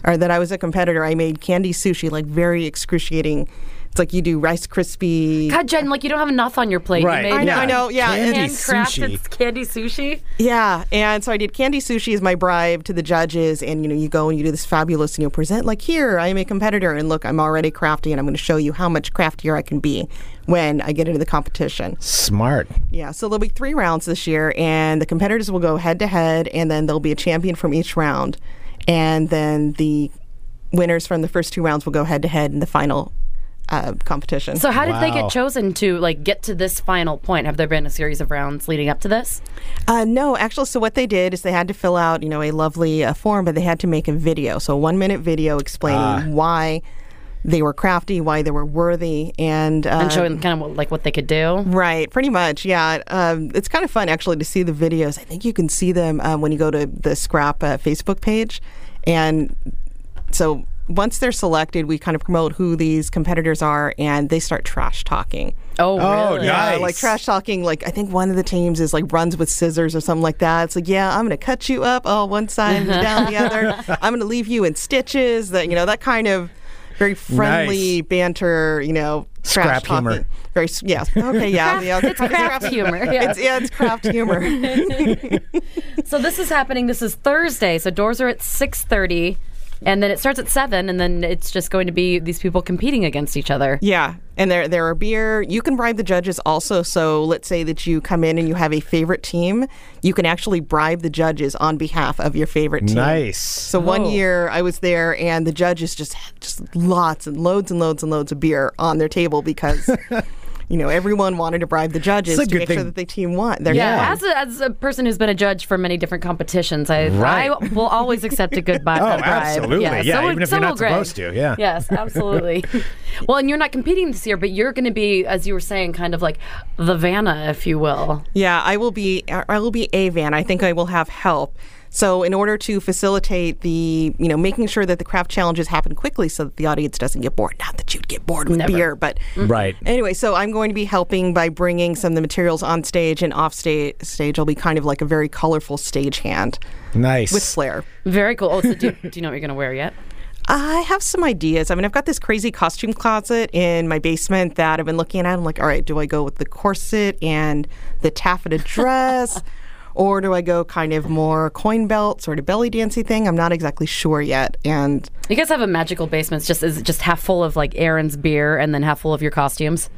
Speaker 5: or that I was a competitor, I made candy sushi, like very excruciating. It's like you do Rice Krispie.
Speaker 7: God, Jen, like you don't have enough on your plate. You
Speaker 6: Right,
Speaker 7: made
Speaker 5: I know,
Speaker 6: yeah.
Speaker 5: I know, yeah.
Speaker 6: Candy
Speaker 5: and-
Speaker 7: handcrafted
Speaker 6: sushi.
Speaker 7: candy sushi.
Speaker 5: Yeah, and so I did candy sushi as my bribe to the judges, and you know, you go and you do this fabulous, and you present like, here I am a competitor, and look, I'm already crafty, and I'm going to show you how much craftier I can be when I get into the competition.
Speaker 6: Smart.
Speaker 5: Yeah, so there'll be three rounds this year, and the competitors will go head to head, and then there'll be a champion from each round, and then the winners from the first two rounds will go head to head in the final uh, competition.
Speaker 7: So how did they
Speaker 6: Wow.
Speaker 7: get chosen to like get to this final point? Have there been a series of rounds leading up to this?
Speaker 5: Uh, no, actually, so what they did is they had to fill out, you know, a lovely uh, form, but they had to make a video, so a one-minute video explaining why they were crafty, why they were worthy, and, uh,
Speaker 7: And showing kind of what, like what they could do.
Speaker 5: right, pretty much, yeah. Um, it's kind of fun actually to see the videos. I think you can see them uh, when you go to the Scrap uh, Facebook page, and so once they're selected, we kind of promote who these competitors are, and they start trash talking.
Speaker 7: Oh,
Speaker 6: Oh,
Speaker 7: really?
Speaker 6: nice.
Speaker 5: Yeah, uh, like trash talking. Like I think one of the teams is like runs with scissors or something like that. It's like, yeah, I'm gonna cut you oh, up all one side and down the other. I'm gonna leave you in stitches. That you know that kind of. very friendly banter. You know, trash
Speaker 6: Scrap humor.
Speaker 5: talking. Very s- yeah. Okay, yeah, yeah.
Speaker 7: It's craft humor. Yeah.
Speaker 5: It's, yeah, it's craft humor.
Speaker 7: So this is happening. This is Thursday. So doors are at six thirty, and then it starts at seven, and then it's just going to be these people competing against each other.
Speaker 5: Yeah, and there there are beer. You can bribe the judges also. So let's say that you come in and you have a favorite team, you can actually bribe the judges on behalf of your favorite team.
Speaker 6: Nice.
Speaker 5: So one year I was there, and the judges just had just lots and loads and loads and loads of beer on their table because. You know, everyone wanted to bribe the judges
Speaker 6: It's a
Speaker 5: to
Speaker 6: good
Speaker 5: make sure
Speaker 6: thing.
Speaker 5: that the team won. Their
Speaker 7: Yeah,
Speaker 5: team won.
Speaker 7: As, a, as a person who's been a judge for many different competitions, I,
Speaker 6: Right.
Speaker 7: I will always accept a good bi-
Speaker 6: Oh,
Speaker 7: a bribe.
Speaker 6: absolutely. Yeah,
Speaker 7: so will-
Speaker 6: even if
Speaker 7: so
Speaker 6: you're not
Speaker 7: will Greg.
Speaker 6: supposed to, yeah.
Speaker 7: Yes, absolutely. well, and you're not competing this year, but you're going to be, as you were saying, kind of like the Vanna, if you will.
Speaker 5: Yeah, I will be. I will be a van. I think I will have help. So, in order to facilitate the, you know, making sure that the craft challenges happen quickly, so that the audience doesn't get bored. Not that you'd get bored with beer, but
Speaker 6: Right.
Speaker 5: Anyway, so I'm going to be helping by bringing some of the materials on stage and off stage. Stage, I'll be kind of like a very colorful stagehand
Speaker 6: Nice.
Speaker 5: with flair.
Speaker 7: Very cool. Oh, so do, do you know what you're going to wear yet?
Speaker 5: I have some ideas. I mean, I've got this crazy costume closet in my basement that I've been looking at. I'm like, all right, do I go with the corset and the taffeta dress? Or do I go kind of more coin belt, sort of belly dancing thing? I'm not exactly sure yet. And
Speaker 7: You guys have a magical basement. It's just is it just half full of like Aaron's beer and then half full of your costumes.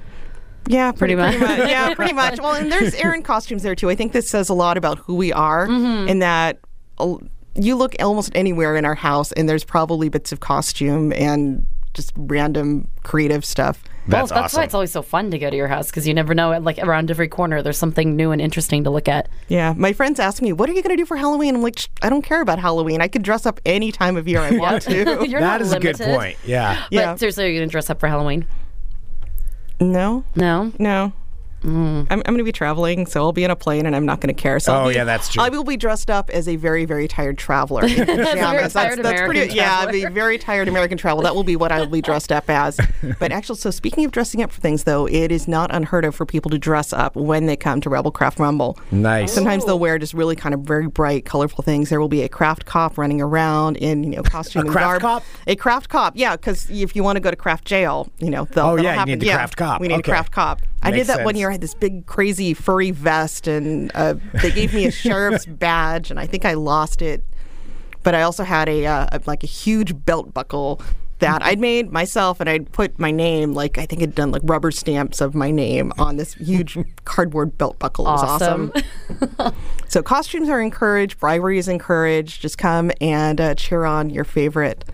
Speaker 5: yeah, pretty,
Speaker 7: Pretty much.
Speaker 5: yeah, pretty much. Well, and there's Aaron costumes there too. I think this says a lot about who we are,
Speaker 7: Mm-hmm.
Speaker 5: and that uh, you look almost anywhere in our house, and there's probably bits of costume and just random creative stuff.
Speaker 6: Oh, That's
Speaker 7: well, that's why
Speaker 6: awesome.
Speaker 7: it's always so fun to go to your house because you never know. Like around every corner, there's something new and interesting to look at.
Speaker 5: Yeah, my friends ask me, "What are you going to do for Halloween?" I'm like, "Shh, "I don't care about Halloween. I could dress up any time of year I want to."
Speaker 6: That
Speaker 7: You're not
Speaker 6: is a good
Speaker 7: limited.
Speaker 6: point. Yeah.
Speaker 7: But
Speaker 5: Yeah.
Speaker 7: seriously, are you gonna dress up for Halloween?
Speaker 5: no,
Speaker 7: No.
Speaker 5: no.
Speaker 7: Mm.
Speaker 5: I'm, I'm going to be traveling, so I'll be in a plane, and I'm not going to care. So I'll
Speaker 6: Oh,
Speaker 5: be-
Speaker 6: yeah, that's true.
Speaker 5: I will be dressed up as a very, very tired traveler. In pajamas.
Speaker 7: tired American
Speaker 5: Yeah, I'll
Speaker 7: traveler.
Speaker 5: be very tired American travel. That will be what I will be dressed up as. But actually, so speaking of dressing up for things, though, it is not unheard of for people to dress up when they come to Rebel Craft Rumble.
Speaker 6: Nice.
Speaker 5: Sometimes they'll wear just really kind of very bright, colorful things. There will be a craft cop running around in you know costume and
Speaker 6: craft
Speaker 5: garb.
Speaker 6: cop?
Speaker 5: A craft cop, yeah, because if you want to go to craft jail, you know, they'll,
Speaker 6: Oh,
Speaker 5: that'll
Speaker 6: yeah, you
Speaker 5: happen.
Speaker 6: need the craft cop.
Speaker 5: We need
Speaker 6: Okay.
Speaker 5: a craft cop. I
Speaker 6: Makes
Speaker 5: did that one
Speaker 6: sense.
Speaker 5: year. I had this big, crazy, furry vest, and uh, they gave me a sheriff's badge, and I think I lost it. But I also had a, uh, a like a huge belt buckle that I'd made myself, and I'd put my name, like I think I'd done like rubber stamps of my name on this huge cardboard belt buckle. It was
Speaker 7: Awesome.
Speaker 5: awesome. so costumes are encouraged, bribery is encouraged. Just come and uh, cheer on your favorite.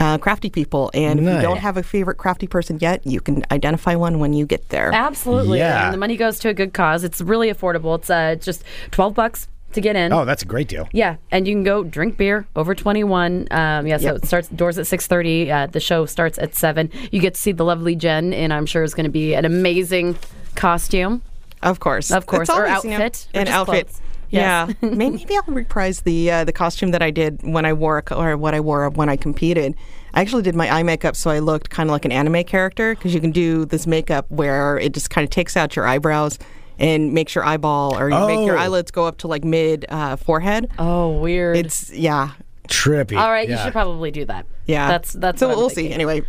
Speaker 5: Uh, crafty people, and if
Speaker 6: Nice.
Speaker 5: you don't have a favorite crafty person yet, you can identify one when you get there.
Speaker 7: Absolutely.
Speaker 6: Yeah.
Speaker 7: And the money goes to a good cause. It's really affordable. It's uh, it's just twelve bucks to get in.
Speaker 6: Oh, that's a great deal.
Speaker 7: Yeah, and you can go drink beer over 21. Um, yeah, so it starts doors at 6:30. Uh, the show starts at seven. You get to see the lovely Jen, and I'm sure it's going to be an amazing costume.
Speaker 5: Of course,
Speaker 7: Of course,
Speaker 5: It's
Speaker 7: or
Speaker 5: always, you know,
Speaker 7: outfit, or
Speaker 5: an
Speaker 7: just
Speaker 5: outfit.
Speaker 7: clothes.
Speaker 5: Yeah,
Speaker 7: Yes.
Speaker 5: May- maybe I'll reprise the uh, the costume that I did when I wore a co- or what I wore when I competed. I actually did my eye makeup so I looked kind of like an anime character because you can do this makeup where it just kind of takes out your eyebrows and makes your eyeball or you make your
Speaker 6: Oh.
Speaker 5: eyelids go up to like mid uh, forehead.
Speaker 7: Oh, weird.
Speaker 5: It's yeah,
Speaker 6: Trippy.
Speaker 7: All right, you
Speaker 6: Yeah.
Speaker 7: should probably do that.
Speaker 5: yeah.
Speaker 7: that's that's.
Speaker 5: so
Speaker 7: what I'm
Speaker 5: we'll see
Speaker 7: thinking.
Speaker 5: anyway.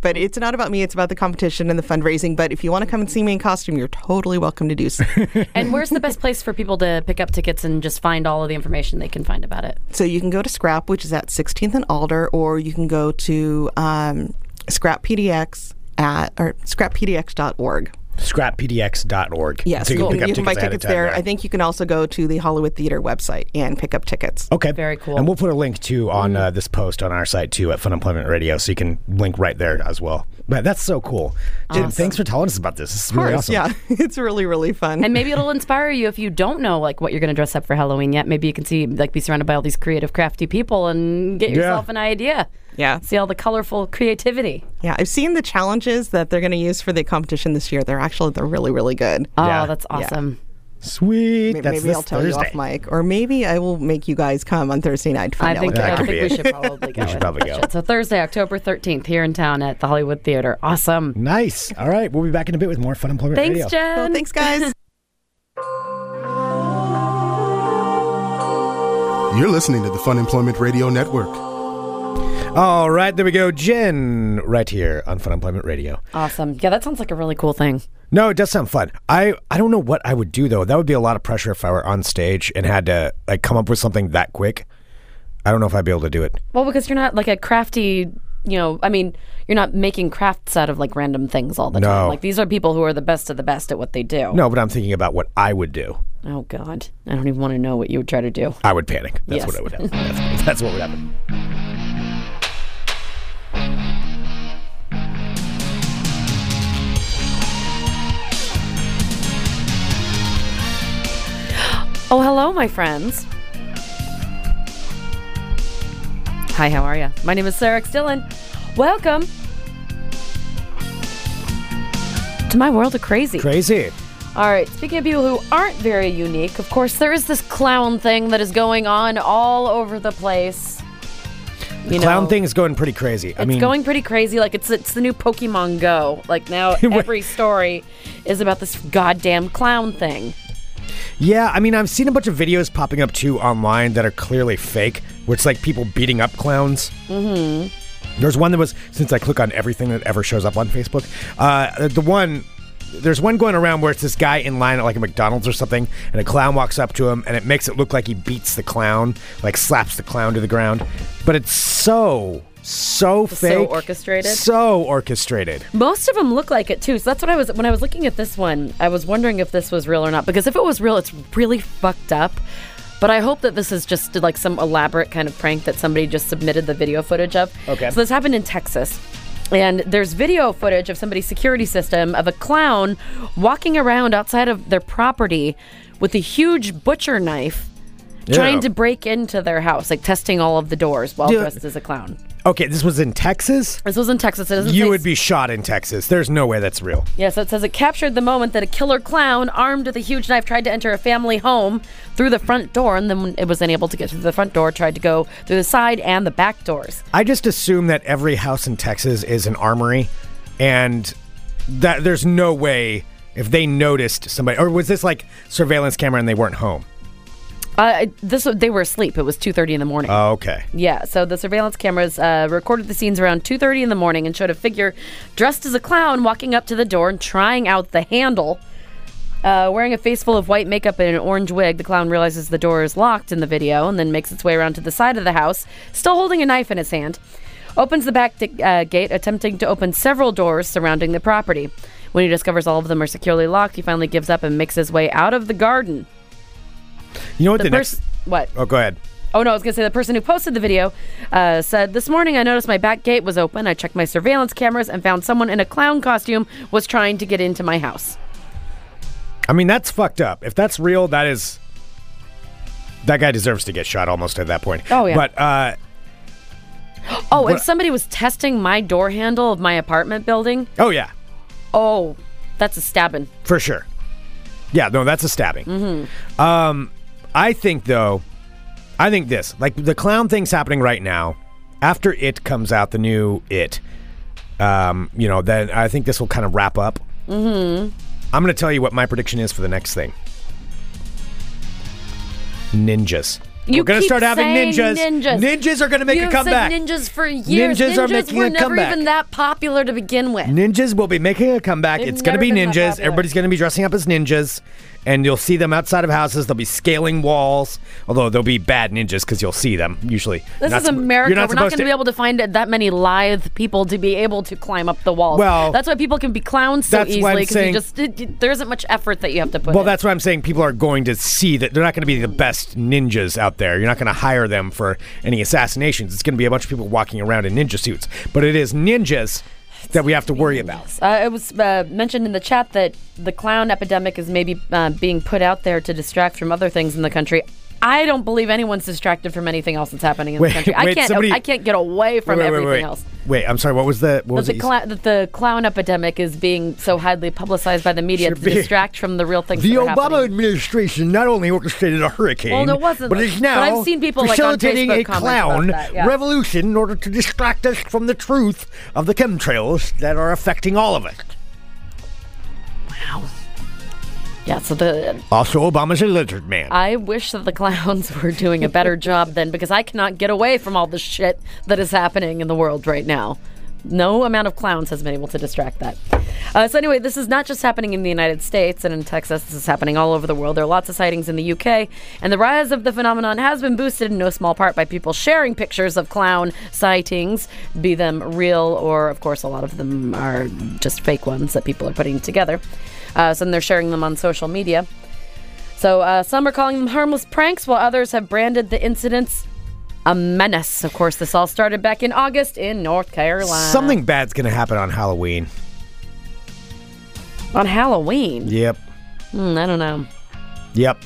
Speaker 5: But it's not about me; it's about the competition and the fundraising. But if you want to come and see me in costume, you're totally welcome to do so.
Speaker 7: And where's the best place for people to pick up tickets and just find all of the information they can find about it?
Speaker 5: So you can go to Scrap, which is at 16th and Alder, or you can go to um, Scrap PDX at or scrappdx.org.
Speaker 6: Scrappdx.org. So you can
Speaker 5: you
Speaker 6: pick
Speaker 5: can,
Speaker 6: up
Speaker 5: you can buy
Speaker 6: tickets ahead of
Speaker 5: tickets
Speaker 6: time
Speaker 5: there.
Speaker 6: there.
Speaker 5: I think you can also go to the Hollywood Theater website and pick up tickets.
Speaker 6: Okay.
Speaker 7: Very cool.
Speaker 6: And we'll put a link too on uh, this post on our site too at Fun Employment Radio, so you can link right there as well. But that's so cool. Dude, thanks for telling us about this. This is really awesome.
Speaker 5: Yeah, it's really really fun.
Speaker 7: And maybe it'll inspire you if you don't know like what you're going to dress up for Halloween yet. Maybe you can see like be surrounded by all these creative, crafty people and get yourself an idea.
Speaker 5: yeah,
Speaker 7: See all the colorful creativity.
Speaker 5: yeah. I've seen the challenges that they're going to use for the competition this year. They're actually they're really really good.
Speaker 7: Oh,
Speaker 6: Yeah.
Speaker 7: that's awesome.
Speaker 6: Sweet.
Speaker 5: May-
Speaker 6: that's
Speaker 5: maybe
Speaker 6: this
Speaker 5: I'll tell
Speaker 6: Thursday.
Speaker 5: you off mic, or maybe I will make you guys come on Thursday night to find
Speaker 7: I
Speaker 5: out
Speaker 7: think,
Speaker 5: what
Speaker 6: that
Speaker 7: I
Speaker 6: could
Speaker 7: think
Speaker 6: be
Speaker 7: we
Speaker 6: it.
Speaker 7: should probably go.
Speaker 6: should
Speaker 7: with
Speaker 6: probably
Speaker 7: that
Speaker 6: go.
Speaker 7: shit. So Thursday, October 13th, here in town at the Hollywood Theater. Awesome.
Speaker 6: Nice. All right. We'll be back in a bit with more Fun Employment
Speaker 7: Thanks,
Speaker 6: Radio.
Speaker 7: Jen.
Speaker 5: Well, thanks, guys.
Speaker 1: You're listening to the Fun Employment Radio Network.
Speaker 6: All right, there we go. Jen, right here on Fun Employment Radio.
Speaker 7: Awesome. Yeah, that sounds like a really cool thing.
Speaker 6: No, it does sound fun. I, I don't know what I would do though. That would be a lot of pressure if I were on stage and had to like come up with something that quick. I don't know if I'd be able to do it.
Speaker 7: Well, because you're not like a crafty, you know, I mean, you're not making crafts out of like random things all the
Speaker 6: No.
Speaker 7: time. Like these are people who are the best of the best at what they do.
Speaker 6: No, but I'm thinking about what I would do.
Speaker 7: Oh God, I don't even want to know what you would try to do.
Speaker 6: I would panic. That's
Speaker 7: Yes.
Speaker 6: what I would happen. That's, that's what would happen.
Speaker 7: Oh, hello, my friends. Hi, how are you? My name is Sarah X. Dillon. Welcome to my world of crazy.
Speaker 6: Crazy.
Speaker 7: All right, speaking of people who aren't very unique, of course, there is this clown thing that is going on all over the place.
Speaker 6: The clown thing is going pretty crazy. I
Speaker 7: It's
Speaker 6: mean,
Speaker 7: going pretty crazy. Like it's it's the new Pokemon Go. Like now every story is about this goddamn clown thing.
Speaker 6: yeah. I mean, I've seen a bunch of videos popping up too online that are clearly fake, where it's like people beating up clowns. Mm-hmm. There's one that was since I click on everything that ever shows up on Facebook. Uh, the one. There's one going around where it's this guy in line at like a McDonald's or something, and a clown walks up to him, and it makes it look like he beats the clown, like slaps the clown to the ground. But it's so, so fake,
Speaker 7: orchestrated.
Speaker 6: so orchestrated.
Speaker 7: Most of them look like it too. So that's what I was when I was looking at this one. I was wondering if this was real or not because if it was real, it's really fucked up. But I hope that this is just like some elaborate kind of prank that somebody just submitted the video footage of.
Speaker 6: Okay.
Speaker 7: So this happened in Texas. And there's video footage of somebody's security system of a clown walking around outside of their property with a huge butcher knife trying to break into their house, like testing all of the doors while
Speaker 6: Dude.
Speaker 7: dressed as a clown.
Speaker 6: Okay, this was in Texas.
Speaker 7: This was in Texas. It doesn't
Speaker 6: You
Speaker 7: say
Speaker 6: would be shot in Texas. There's no way that's real.
Speaker 7: Yeah, so it says it captured the moment that a killer clown armed with a huge knife tried to enter a family home through the front door, and then when it was unable to get through the front door, tried to go through the side and the back doors.
Speaker 6: I just assume that every house in Texas is an armory, and that there's no way if they noticed somebody, or was this like surveillance camera and they weren't home?
Speaker 7: Uh, this they were asleep. It was two thirty in the morning.
Speaker 6: Oh, okay.
Speaker 7: Yeah, so the surveillance cameras uh, recorded the scenes around 2:30 in the morning and showed a figure dressed as a clown walking up to the door and trying out the handle. Uh, wearing a face full of white makeup and an orange wig, the clown realizes the door is locked in the video and then makes its way around to the side of the house, still holding a knife in his hand. Opens the back di- uh, gate, attempting to open several doors surrounding the property. When he discovers all of them are securely locked, he finally gives up and makes his way out of the garden.
Speaker 6: You know what
Speaker 7: The,
Speaker 6: the, next?
Speaker 7: pers- what?
Speaker 6: Oh, go ahead.
Speaker 7: Oh no, I was gonna say the person who posted the video uh, said this morning I noticed my back gate was open. I checked my surveillance cameras and found someone in a clown costume was trying to get into my house.
Speaker 6: I mean, that's fucked up. If that's real, that is. That guy deserves to get shot almost at that point.
Speaker 7: Oh, yeah.
Speaker 6: But uh,
Speaker 7: Oh, and
Speaker 6: What-
Speaker 7: somebody was testing my door handle of my apartment building.
Speaker 6: oh yeah,
Speaker 7: Oh, that's a stabbing.
Speaker 6: for sure. Yeah, no, that's a stabbing. Um,
Speaker 7: Mm-hmm.
Speaker 6: I think though, I think this like the clown thing's happening right now. After it comes out, the new it, um, you know, then I think this will kind of wrap up. Mm-hmm. I'm going to tell you what my prediction is for the next thing. Ninjas.
Speaker 7: You
Speaker 6: We're gonna
Speaker 7: keep
Speaker 6: start having
Speaker 7: saying
Speaker 6: ninjas.
Speaker 7: ninjas.
Speaker 6: are going to make
Speaker 7: you
Speaker 6: a
Speaker 7: have said
Speaker 6: comeback.
Speaker 7: ninjas for years.
Speaker 6: Ninjas are making
Speaker 7: were
Speaker 6: a
Speaker 7: never
Speaker 6: comeback.
Speaker 7: even that popular to begin with.
Speaker 6: Ninjas will be making a comeback.
Speaker 7: They've
Speaker 6: it's going to
Speaker 7: never
Speaker 6: be
Speaker 7: been that
Speaker 6: ninjas.
Speaker 7: popular.
Speaker 6: Everybody's going to be dressing up as ninjas, and you'll see them outside of houses. They'll be scaling walls, although they'll be bad ninjas because you'll see them usually.
Speaker 7: This
Speaker 6: Not
Speaker 7: is
Speaker 6: supp-
Speaker 7: America.
Speaker 6: You're not
Speaker 7: We're not going
Speaker 6: supposed
Speaker 7: to be able to find that many lithe people to be able to climb up the walls.
Speaker 6: Well-
Speaker 7: that's why people can be clowns so
Speaker 6: That's why I'm
Speaker 7: easily because you
Speaker 6: saying-
Speaker 7: just it, it- there isn't much effort that you have to put.
Speaker 6: Well,
Speaker 7: in.
Speaker 6: that's what I'm saying. People are going to see that they're not going to be the best ninjas out there. You're not going to hire them for any assassinations. It's going to be a bunch of people walking around in ninja suits. But it is ninjas that we have to worry about.
Speaker 7: Uh, it was uh, mentioned in the chat that the clown epidemic is maybe uh, being put out there to distract from other things in the country. I don't believe anyone's distracted from anything else that's happening in
Speaker 6: Wait,
Speaker 7: the country. I
Speaker 6: wait,
Speaker 7: can't.
Speaker 6: somebody-
Speaker 7: I can't get away from
Speaker 6: wait, wait,
Speaker 7: everything
Speaker 6: wait, wait.
Speaker 7: else.
Speaker 6: Wait, I'm sorry. What was the what was it
Speaker 7: That the,
Speaker 6: you
Speaker 7: clown, that the clown epidemic is being so highly publicized by the media
Speaker 6: Should
Speaker 7: to
Speaker 6: be-
Speaker 7: distract from the real things.
Speaker 6: The
Speaker 7: that are
Speaker 6: Obama
Speaker 7: happening.
Speaker 6: administration not only orchestrated a hurricane,
Speaker 7: Well, no, it wasn't,
Speaker 6: but
Speaker 7: like-
Speaker 6: is now
Speaker 7: but I've seen people, like, on
Speaker 6: facilitating
Speaker 7: Facebook
Speaker 6: a
Speaker 7: comments
Speaker 6: clown
Speaker 7: about that, yeah.
Speaker 6: revolution in order to distract us from the truth of the chemtrails that are affecting all of us.
Speaker 7: Yeah, so the
Speaker 6: Also, Obama's a lizard man.
Speaker 7: I wish that the clowns were doing a better job then because I cannot get away from all the shit that is happening in the world right now. No amount of clowns has been able to distract that. Uh, so, anyway, this is not just happening in the United States and in Texas. This is happening all over the world. There are lots of sightings in the UK. And the rise of the phenomenon has been boosted in no small part by people sharing pictures of clown sightings, be them real or, of course, a lot of them are just fake ones that people are putting together. Uh, so, then they're sharing them on social media. So uh, some are calling them harmless pranks, while others have branded the incidents a menace. Of course, this all started back in August in North Carolina.
Speaker 6: Something bad's going to happen on Halloween.
Speaker 7: on Halloween.
Speaker 6: Yep.
Speaker 7: Hmm, I don't know.
Speaker 6: Yep.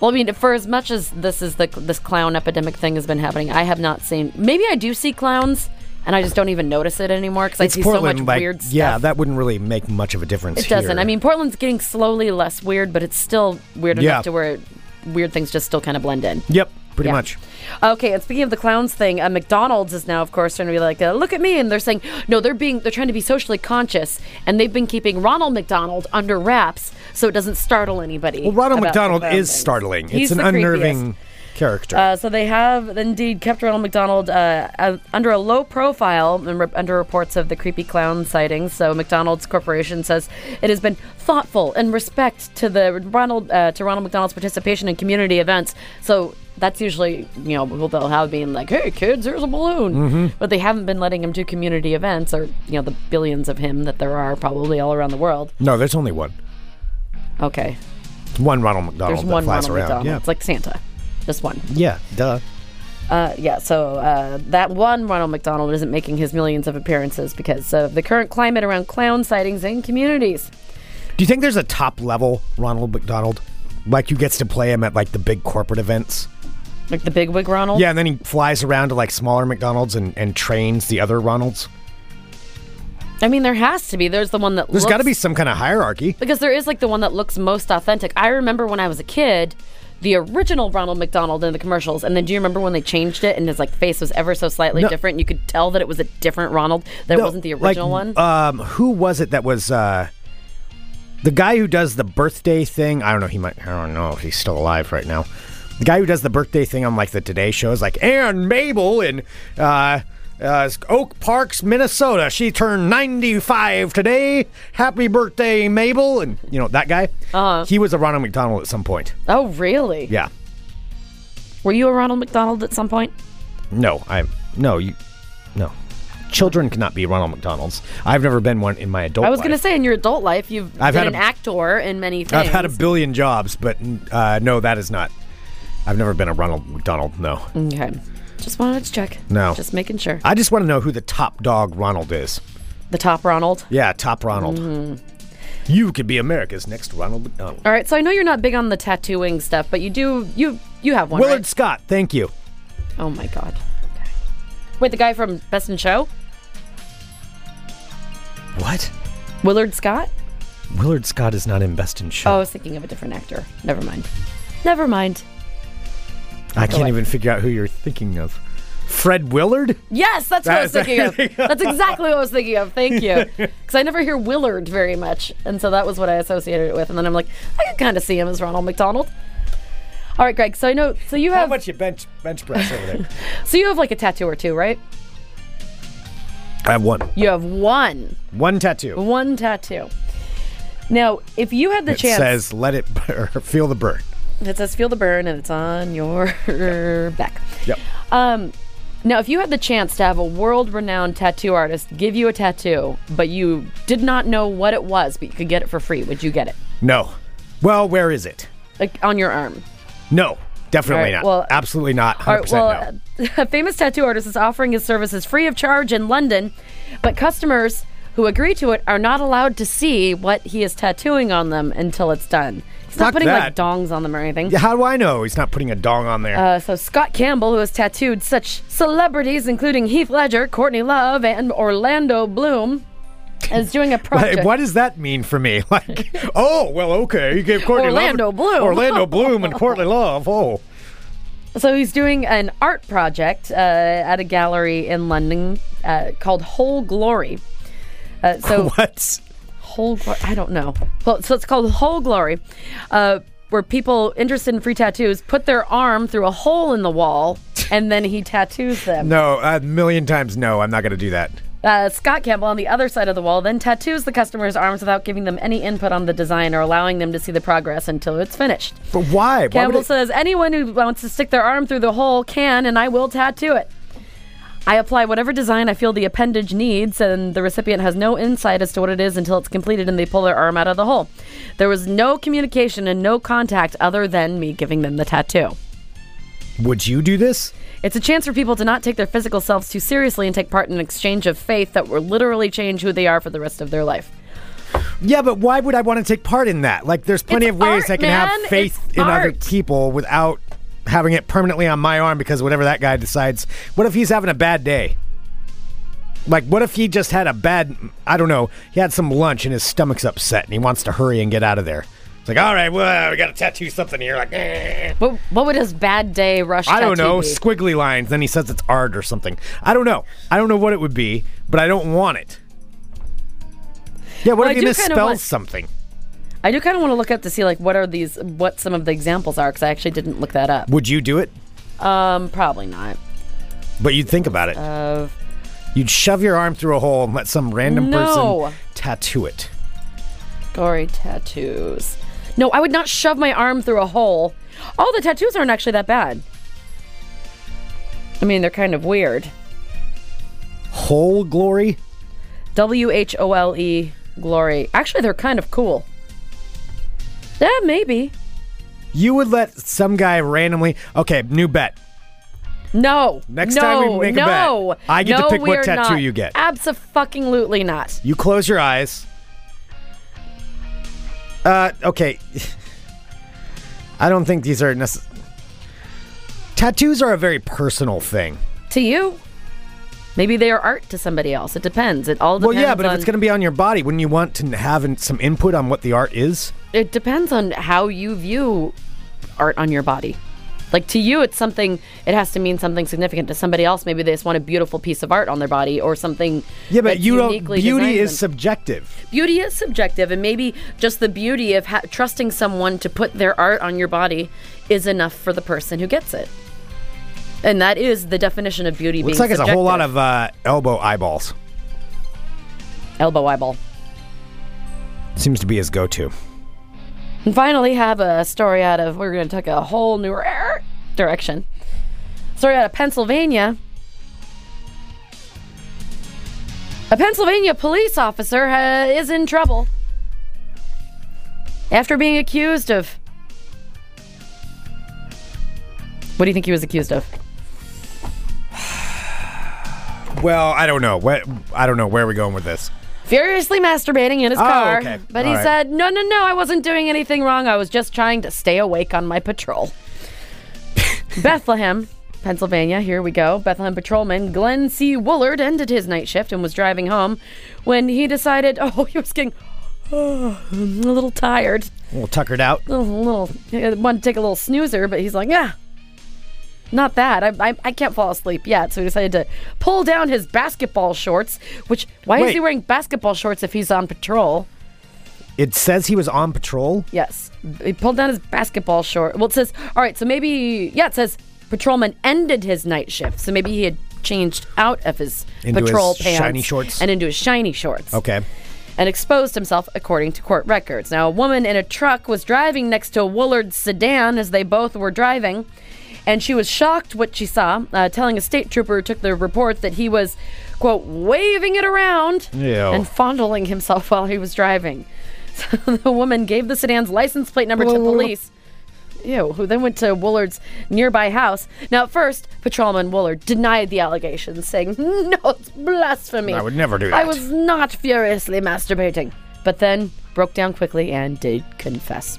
Speaker 7: Well, I mean, for as much as this is the this clown epidemic thing has been happening, I have not seen. Maybe I do see clowns, and I just don't even notice it anymore because I
Speaker 6: it's
Speaker 7: see
Speaker 6: Portland.
Speaker 7: so much
Speaker 6: like,
Speaker 7: weird stuff.
Speaker 6: yeah, that wouldn't really make much of a difference.
Speaker 7: It doesn't.
Speaker 6: here.
Speaker 7: I mean, Portland's getting slowly less weird, but it's still weird
Speaker 6: Yeah.
Speaker 7: enough to where weird things just still kind of blend in.
Speaker 6: yep, pretty
Speaker 7: Yeah.
Speaker 6: much.
Speaker 7: Okay, and speaking of the clowns thing, uh, McDonald's is now, of course, going to be like, uh, "Look at me," and they're saying, "No, they're being, they're trying to be socially conscious, and they've been keeping Ronald McDonald under wraps so it doesn't startle anybody."
Speaker 6: Well, Ronald
Speaker 7: about the
Speaker 6: McDonald
Speaker 7: clown
Speaker 6: is
Speaker 7: things.
Speaker 6: startling.
Speaker 7: He's
Speaker 6: it's an
Speaker 7: the creepiest.
Speaker 6: unnerving character.
Speaker 7: Uh, so they have indeed kept Ronald McDonald uh, uh, under a low profile and re- under reports of the creepy clown sightings. So McDonald's Corporation says it has been thoughtful in respect to the Ronald uh, to Ronald McDonald's participation in community events. So that's usually you know who they'll have being like, "Hey kids, here's a balloon,"
Speaker 6: Mm-hmm.
Speaker 7: but they haven't been letting him do community events or you know the billions of him that there are probably all around the world.
Speaker 6: no, there's only one.
Speaker 7: Okay,
Speaker 6: One Ronald McDonald
Speaker 7: there's
Speaker 6: that
Speaker 7: one
Speaker 6: flies
Speaker 7: Ronald
Speaker 6: around.
Speaker 7: McDonald. It's like Santa, just one.
Speaker 6: Yeah. yeah, duh.
Speaker 7: Uh, yeah, so uh, that one Ronald McDonald isn't making his millions of appearances because of the current climate around clown sightings in communities.
Speaker 6: Do you think there's a top level Ronald McDonald? Like who gets to play him at like the big corporate events?
Speaker 7: Like the bigwig Ronald?
Speaker 6: Yeah, and then he flies around to like smaller McDonald's and, and trains the other Ronalds.
Speaker 7: I mean, there has to be. There's the one that
Speaker 6: There's
Speaker 7: looks.
Speaker 6: got to be some kind of hierarchy.
Speaker 7: Because there is like the one that looks most authentic. I remember when I was a kid, the original Ronald McDonald in the commercials. And then do you remember when they changed it and his like face was ever so slightly
Speaker 6: No.
Speaker 7: different? And you could tell that it was a different Ronald. That it
Speaker 6: No,
Speaker 7: wasn't the
Speaker 6: like,
Speaker 7: original one.
Speaker 6: Um, who was it that was uh, the guy who does the birthday thing? I don't know. He might. I don't know if he's still alive right now. The guy who does the birthday thing on like the Today Show is like Ann Mabel in uh, uh, Oak Parks, Minnesota. She turned ninety-five today. Happy birthday, Mabel! And you know that guy. Uh-huh. He was a Ronald McDonald at some point.
Speaker 7: oh, really?
Speaker 6: Yeah.
Speaker 7: Were you a Ronald McDonald at some point?
Speaker 6: No, I no you no. Children cannot be Ronald McDonald's. I've never been one in my adult.
Speaker 7: I was going to
Speaker 6: life.
Speaker 7: say in your adult life, you've
Speaker 6: I've
Speaker 7: been
Speaker 6: had
Speaker 7: an
Speaker 6: a-
Speaker 7: actor in many things.
Speaker 6: I've had a billion jobs, but uh, no, that is not. I've never been a Ronald McDonald. No,
Speaker 7: Okay. Just wanted to check.
Speaker 6: No.
Speaker 7: Just making sure.
Speaker 6: I just want to know who the top dog Ronald is.
Speaker 7: The top Ronald.
Speaker 6: Yeah, top Ronald.
Speaker 7: Mm-hmm.
Speaker 6: You could be America's next Ronald McDonald.
Speaker 7: All right, so I know you're not big on the tattooing stuff, but you do you you have one.
Speaker 6: Willard
Speaker 7: right?
Speaker 6: Scott, thank you.
Speaker 7: Oh my god. Okay. Wait, the guy from Best in Show?
Speaker 6: What?
Speaker 7: Willard Scott?
Speaker 6: Willard Scott is not in Best in
Speaker 7: Oh, I
Speaker 6: Show.
Speaker 7: was thinking of a different actor. Never mind. Never mind.
Speaker 6: I can't
Speaker 7: away.
Speaker 6: even figure out who you're thinking of. Fred Willard?
Speaker 7: Yes, that's what I was
Speaker 6: That's-
Speaker 7: thinking of. That's exactly what I was thinking of. Thank you. Because I never hear Willard very much. And so that was what I associated it with. And then I'm like, I can kind of see him as Ronald McDonald. All right, Greg. So I know. So you
Speaker 6: How
Speaker 7: have.
Speaker 6: much you bench bench press over there?
Speaker 7: So you have like a tattoo or two, right?
Speaker 6: I have one.
Speaker 7: You have one,
Speaker 6: One tattoo.
Speaker 7: one tattoo. Now, if you had the
Speaker 6: It
Speaker 7: chance,
Speaker 6: says, let it bur- feel the burn.
Speaker 7: it says feel the burn, and it's on your back.
Speaker 6: Yep.
Speaker 7: Um, now, if you had the chance to have a world-renowned tattoo artist give you a tattoo, but you did not know what it was, but you could get it for free, would you get it?
Speaker 6: No. Well, where is it?
Speaker 7: Like on your arm?
Speaker 6: No, definitely
Speaker 7: All right,
Speaker 6: not.
Speaker 7: well-
Speaker 6: Absolutely not. 100%
Speaker 7: All right, well,
Speaker 6: no.
Speaker 7: a famous tattoo artist is offering his services free of charge in London, but customers who agree to it are not allowed to see what he is tattooing on them until it's done. He's not
Speaker 6: Fuck
Speaker 7: putting like
Speaker 6: that.
Speaker 7: dongs on them or anything.
Speaker 6: Yeah, How do I know he's not putting a dong on there?
Speaker 7: Uh, so Scott Campbell, who has tattooed such celebrities including Heath Ledger, Courtney Love, and Orlando Bloom, is doing a project.
Speaker 6: Like, what does that mean for me? Like, oh, well, okay. You gave Courtney
Speaker 7: Orlando
Speaker 6: Love,
Speaker 7: Bloom.
Speaker 6: Orlando Bloom and Courtney Love. Oh,
Speaker 7: So he's doing an art project uh, at a gallery in London uh, called Whole Glory. Uh, so
Speaker 6: what?
Speaker 7: Whole Glory. I don't know. Well, so it's called Whole Glory, uh, where people interested in free tattoos put their arm through a hole in the wall, and then he tattoos them.
Speaker 6: No, a million times no. I'm not going to do that.
Speaker 7: Uh, Scott Campbell on the other side of the wall then tattoos the customer's arms without giving them any input on the design or allowing them to see the progress until it's finished.
Speaker 6: But why? Why would
Speaker 7: Campbell
Speaker 6: it-
Speaker 7: says anyone who wants to stick their arm through the hole can, and I will tattoo it. I apply whatever design I feel the appendage needs, and the recipient has no insight as to what it is until it's completed and they pull their arm out of the hole. There was no communication and no contact other than me giving them the tattoo.
Speaker 6: Would you do this?
Speaker 7: It's a chance for people to not take their physical selves too seriously and take part in an exchange of faith that will literally change who they are for the rest of their life.
Speaker 6: Yeah, but why would I want to take part in that? Like, there's plenty
Speaker 7: It's
Speaker 6: of ways
Speaker 7: art,
Speaker 6: I can
Speaker 7: man.
Speaker 6: have faith
Speaker 7: It's
Speaker 6: in other
Speaker 7: art.
Speaker 6: people without having it permanently on my arm because whatever that guy decides. What if he's having a bad day? Like, what if he just had a bad, I don't know, he had some lunch and his stomach's upset and he wants to hurry and get out of there? It's like, all right, well, we got to tattoo something here. Like, eh.
Speaker 7: What, what would his bad day rush
Speaker 6: I don't
Speaker 7: tattoo
Speaker 6: know,
Speaker 7: be?
Speaker 6: squiggly lines. Then he says it's art or something. I don't know. I don't know what it would be, but I don't want it. Yeah, what
Speaker 7: Well,
Speaker 6: if
Speaker 7: I
Speaker 6: he
Speaker 7: do kinda
Speaker 6: misspells
Speaker 7: want-
Speaker 6: something?
Speaker 7: I do kind of want to look up to see like what are these, what some of the examples are because I actually didn't look that up.
Speaker 6: Would you do it?
Speaker 7: Um, probably not.
Speaker 6: But you'd think about it.
Speaker 7: Uh, Of
Speaker 6: You'd shove your arm through a hole and let some random
Speaker 7: No.
Speaker 6: person tattoo it.
Speaker 7: gory tattoos. No, I would not shove my arm through a hole. All the tattoos aren't actually that bad. I mean, they're kind of weird.
Speaker 6: Hole glory?
Speaker 7: W H O L E glory. Actually, they're kind of cool. Yeah, maybe.
Speaker 6: You would let some guy randomly. Okay, new bet.
Speaker 7: No.
Speaker 6: Next
Speaker 7: no,
Speaker 6: time we make a bet,
Speaker 7: no.
Speaker 6: I get to
Speaker 7: no,
Speaker 6: pick what
Speaker 7: we are
Speaker 6: tattoo
Speaker 7: not.
Speaker 6: you get.
Speaker 7: Absolutely not.
Speaker 6: You close your eyes. Uh, okay. I don't think these are necessary. Tattoos are a very personal thing.
Speaker 7: To you, maybe they are art to somebody else. It depends. It all
Speaker 6: Well,
Speaker 7: depends.
Speaker 6: yeah, but if
Speaker 7: on-
Speaker 6: it's going to be on your body, wouldn't you want to have in- some input on what the art is?
Speaker 7: it depends on how you view art on your body. Like to you, it's something. It has to mean something significant. To somebody else, maybe they just want a beautiful piece of art on their body or something.
Speaker 6: Yeah, but
Speaker 7: that's
Speaker 6: you don't.
Speaker 7: uniquely
Speaker 6: Beauty
Speaker 7: designed to
Speaker 6: is
Speaker 7: them.
Speaker 6: subjective.
Speaker 7: beauty is subjective, and maybe just the beauty of ha- trusting someone to put their art on your body is enough for the person who gets it. And that is the definition of beauty.
Speaker 6: Looks
Speaker 7: being
Speaker 6: like it's a whole lot of
Speaker 7: subjective.
Speaker 6: uh, elbow eyeballs.
Speaker 7: elbow eyeball.
Speaker 6: Seems to be his go-to.
Speaker 7: And finally, have a story out of we're going to take a whole new er, direction. Story out of Pennsylvania. A Pennsylvania police officer uh, is in trouble after being accused of. What do you think he was accused of?
Speaker 6: Well, I don't know. What I don't know where we're going with this.
Speaker 7: Furiously masturbating in his
Speaker 6: Oh,
Speaker 7: car.
Speaker 6: okay.
Speaker 7: But
Speaker 6: All
Speaker 7: he
Speaker 6: right.
Speaker 7: said, no, no, no, I wasn't doing anything wrong. I was just trying to stay awake on my patrol. Bethlehem, Pennsylvania. Here we go. Bethlehem patrolman Glenn C. Woolard ended his night shift and was driving home when he decided, oh, he was getting a little tired.
Speaker 6: We'll tucker it out.
Speaker 7: A little, little wanted to take a little snoozer, but he's like, yeah, not that. I, I, I can't fall asleep yet. So he decided to pull down his basketball shorts, which, why is
Speaker 6: Wait.
Speaker 7: he wearing basketball shorts if he's on patrol?
Speaker 6: It says he was on patrol.
Speaker 7: Yes. He pulled down his basketball short. Well, it says, all right, so maybe, yeah, it says patrolman ended his night shift. So maybe he had changed out of his
Speaker 6: Into his
Speaker 7: patrol pants.
Speaker 6: shiny shorts?
Speaker 7: And into his shiny shorts.
Speaker 6: Okay.
Speaker 7: And exposed himself according to court records. Now, a woman in a truck was driving next to a Woolard sedan as they both were driving. And she was shocked what she saw, uh, telling a state trooper who took the report that he was, quote, waving it around
Speaker 6: Ew.
Speaker 7: and fondling himself while he was driving. So the woman gave the sedan's license plate number to police. Ew, who then went to Woolard's nearby house. Now, at first, patrolman Woolard denied the allegations, saying, "Hmm, No, it's blasphemy.
Speaker 6: I would never do
Speaker 7: I
Speaker 6: that."
Speaker 7: was not furiously masturbating. But then broke down quickly and did confess.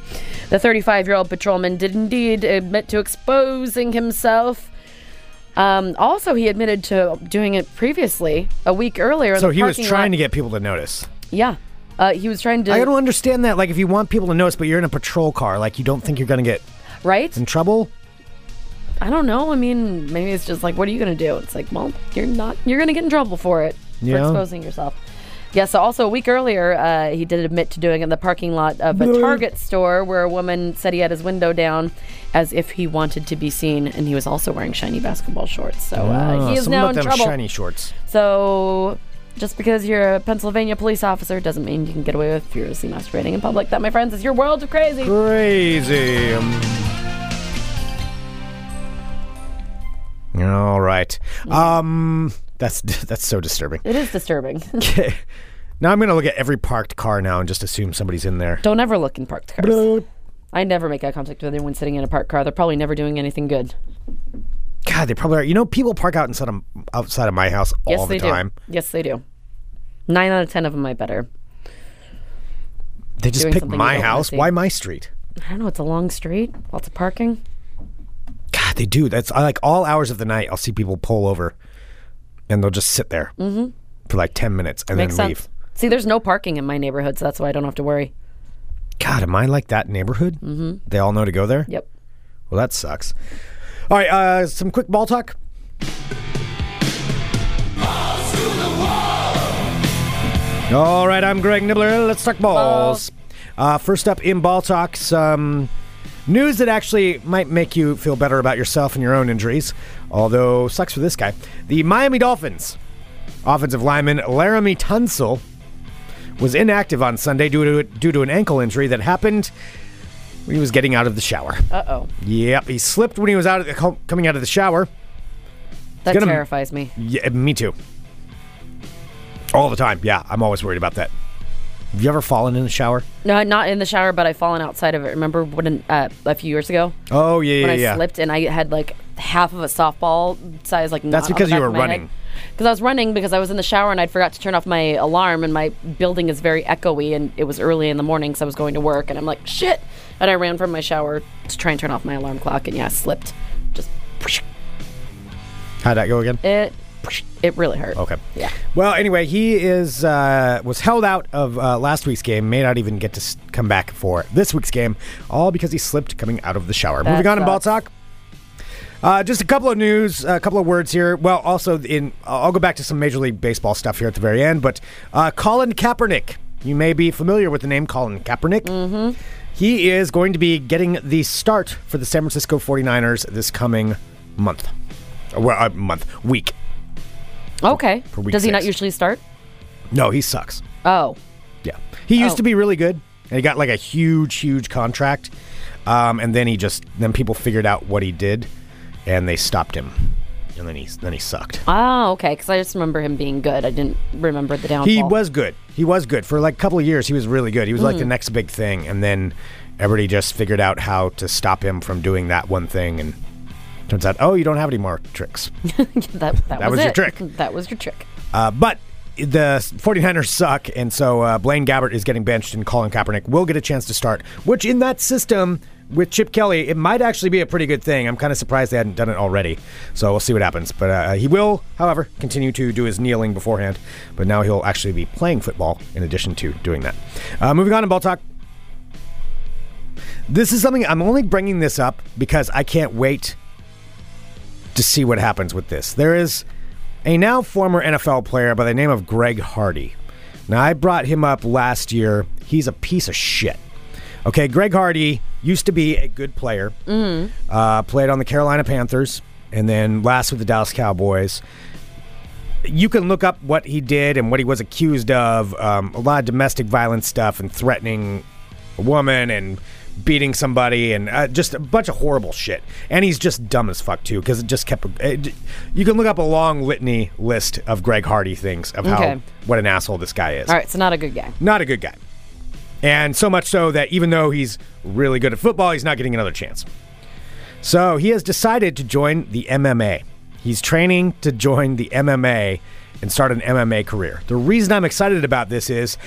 Speaker 7: The 35 year old patrolman did indeed admit to exposing himself. Um, also, he admitted to doing it previously, a week earlier. in
Speaker 6: So
Speaker 7: the
Speaker 6: he was
Speaker 7: parking
Speaker 6: trying
Speaker 7: lot.
Speaker 6: to get people to notice.
Speaker 7: Yeah. Uh, he was trying to.
Speaker 6: I don't understand that. Like, if you want people to notice, but you're in a patrol car, like you don't think you're gonna get
Speaker 7: right?
Speaker 6: in trouble.
Speaker 7: I don't know. I mean, maybe it's just like, what are you going to do? It's like, well, you're not. You're going to get in trouble for it
Speaker 6: Yeah.
Speaker 7: for exposing yourself. Yeah, so also a week earlier, uh, he did admit to doing it in the parking lot of a Target store where a woman said he had his window down as if he wanted to be seen, and he was also wearing shiny basketball shorts. So uh, he is
Speaker 6: Something
Speaker 7: now
Speaker 6: about
Speaker 7: in
Speaker 6: Ah, them
Speaker 7: trouble.
Speaker 6: shiny shorts.
Speaker 7: So just because you're a Pennsylvania police officer doesn't mean you can get away with furiously masturbating in public. That, my friends, is your world of crazy.
Speaker 6: Crazy. All right. Um, that's that's so disturbing.
Speaker 7: It is disturbing.
Speaker 6: Okay. Now I'm gonna look at every parked car now and just assume somebody's in there.
Speaker 7: Don't ever look in parked cars. I never make eye contact with anyone sitting in a parked car. They're probably never doing anything good.
Speaker 6: God, they probably are. You know, people park out inside of, outside of my house all
Speaker 7: yes,
Speaker 6: the
Speaker 7: they
Speaker 6: time.
Speaker 7: do. Yes, they do. Nine out of ten of them, I better.
Speaker 6: They just
Speaker 7: Doing
Speaker 6: pick
Speaker 7: something
Speaker 6: my
Speaker 7: you don't wanna
Speaker 6: house.
Speaker 7: see.
Speaker 6: Why my street?
Speaker 7: I don't know. It's a long street, lots of parking.
Speaker 6: God, they do. That's I like all hours of the night. I'll see people pull over, and they'll just sit there for like ten minutes and
Speaker 7: Mm-hmm. Makes
Speaker 6: then
Speaker 7: sense.
Speaker 6: leave.
Speaker 7: See, there's no parking in my neighborhood, so that's why I don't have to worry.
Speaker 6: God, am I like that neighborhood? Mm-hmm. They all know to go there.
Speaker 7: Yep.
Speaker 6: Well, that sucks. All right, uh, some quick ball talk. All right, I'm Greg Nibbler. Let's talk balls. Uh, first up in ball talk, some news that actually might make you feel better about yourself and your own injuries. Although sucks for this guy. The Miami Dolphins offensive lineman Laramie Tunsil was inactive on Sunday due to due to an ankle injury that happened when he was getting out of the shower.
Speaker 7: Uh oh.
Speaker 6: Yep, he slipped when he was out of the, co- coming out of the shower.
Speaker 7: That
Speaker 6: gonna-
Speaker 7: terrifies me.
Speaker 6: Yeah, me too. All the time. Yeah, I'm always worried about that. Have you ever fallen in the shower?
Speaker 7: No, not in the shower, but I've fallen outside of it. Remember when an, uh, a few years ago
Speaker 6: Oh yeah,
Speaker 7: when
Speaker 6: yeah,
Speaker 7: I
Speaker 6: yeah.
Speaker 7: slipped and I had like half of a softball size like.
Speaker 6: That's because you were running.
Speaker 7: Because I was running because I was in the shower and I forgot to turn off my alarm and my building is very echoey and it was early in the morning so I was going to work and I'm like shit and I ran from my shower to try and turn off my alarm clock and yeah I slipped just
Speaker 6: How'd that go again?
Speaker 7: it it really hurt
Speaker 6: Okay.
Speaker 7: yeah
Speaker 6: Well, anyway, he is uh, was held out of uh, last week's game. May not even get to s- come back for this week's game, all because he slipped coming out of the shower. Moving on in ball
Speaker 7: sucks.
Speaker 6: talk. Uh, just a couple of news, a couple of words here. Well, also in I'll go back to some Major League Baseball stuff here at the very end, but uh, Colin Kaepernick. You may be familiar with the name Colin Kaepernick. Mm-hmm. He is going to be getting the start for the San Francisco 49ers this coming month. Well, uh, month, week.
Speaker 7: okay
Speaker 6: For week
Speaker 7: does he not
Speaker 6: six.
Speaker 7: usually start
Speaker 6: No, he sucks.
Speaker 7: oh
Speaker 6: Yeah. He used
Speaker 7: Oh.
Speaker 6: to be really good. And he got like a huge, huge contract. Um, and then he just then people figured out what he did and they stopped him. And then he then he sucked.
Speaker 7: oh okay because I just remember him being good I didn't remember the downfall
Speaker 6: He was good. He was good. For like a couple of years he was really good. He was like the next big thing and then everybody just figured out how to stop him from doing that one thing and turns out, oh, you don't have any more tricks.
Speaker 7: that that,
Speaker 6: was your
Speaker 7: it.
Speaker 6: trick.
Speaker 7: that was your trick
Speaker 6: Uh, but the 49ers suck, and so uh, Blaine Gabbert is getting benched, and Colin Kaepernick will get a chance to start, which in that system with Chip Kelly, it might actually be a pretty good thing. I'm kind of surprised they hadn't done it already, so we'll see what happens. But uh, he will, however, continue to do his kneeling beforehand, but now he'll actually be playing football in addition to doing that. Uh, moving on in ball talk. This is something I'm only bringing this up because I can't wait to see what happens with this. There is a now former NFL player by the name of Greg Hardy. Now, I brought him up last year. He's a piece of shit. Okay, Greg Hardy used to be a good player,
Speaker 7: Mm-hmm.
Speaker 6: uh, played on the Carolina Panthers, and then last with the Dallas Cowboys. You can look up what he did and what he was accused of um, a lot of domestic violence stuff and threatening a woman and beating somebody and uh, just a bunch of horrible shit. And he's just dumb as fuck too because it just kept. It, you can look up a long litany list of Greg Hardy things of
Speaker 7: Okay.
Speaker 6: how what an asshole this guy is
Speaker 7: all right so not a good guy
Speaker 6: not a good guy. And so much so that even though he's really good at football, he's not getting another chance. So he has decided to join the MMA. He's training to join the MMA and start an MMA career. The reason I'm excited about this is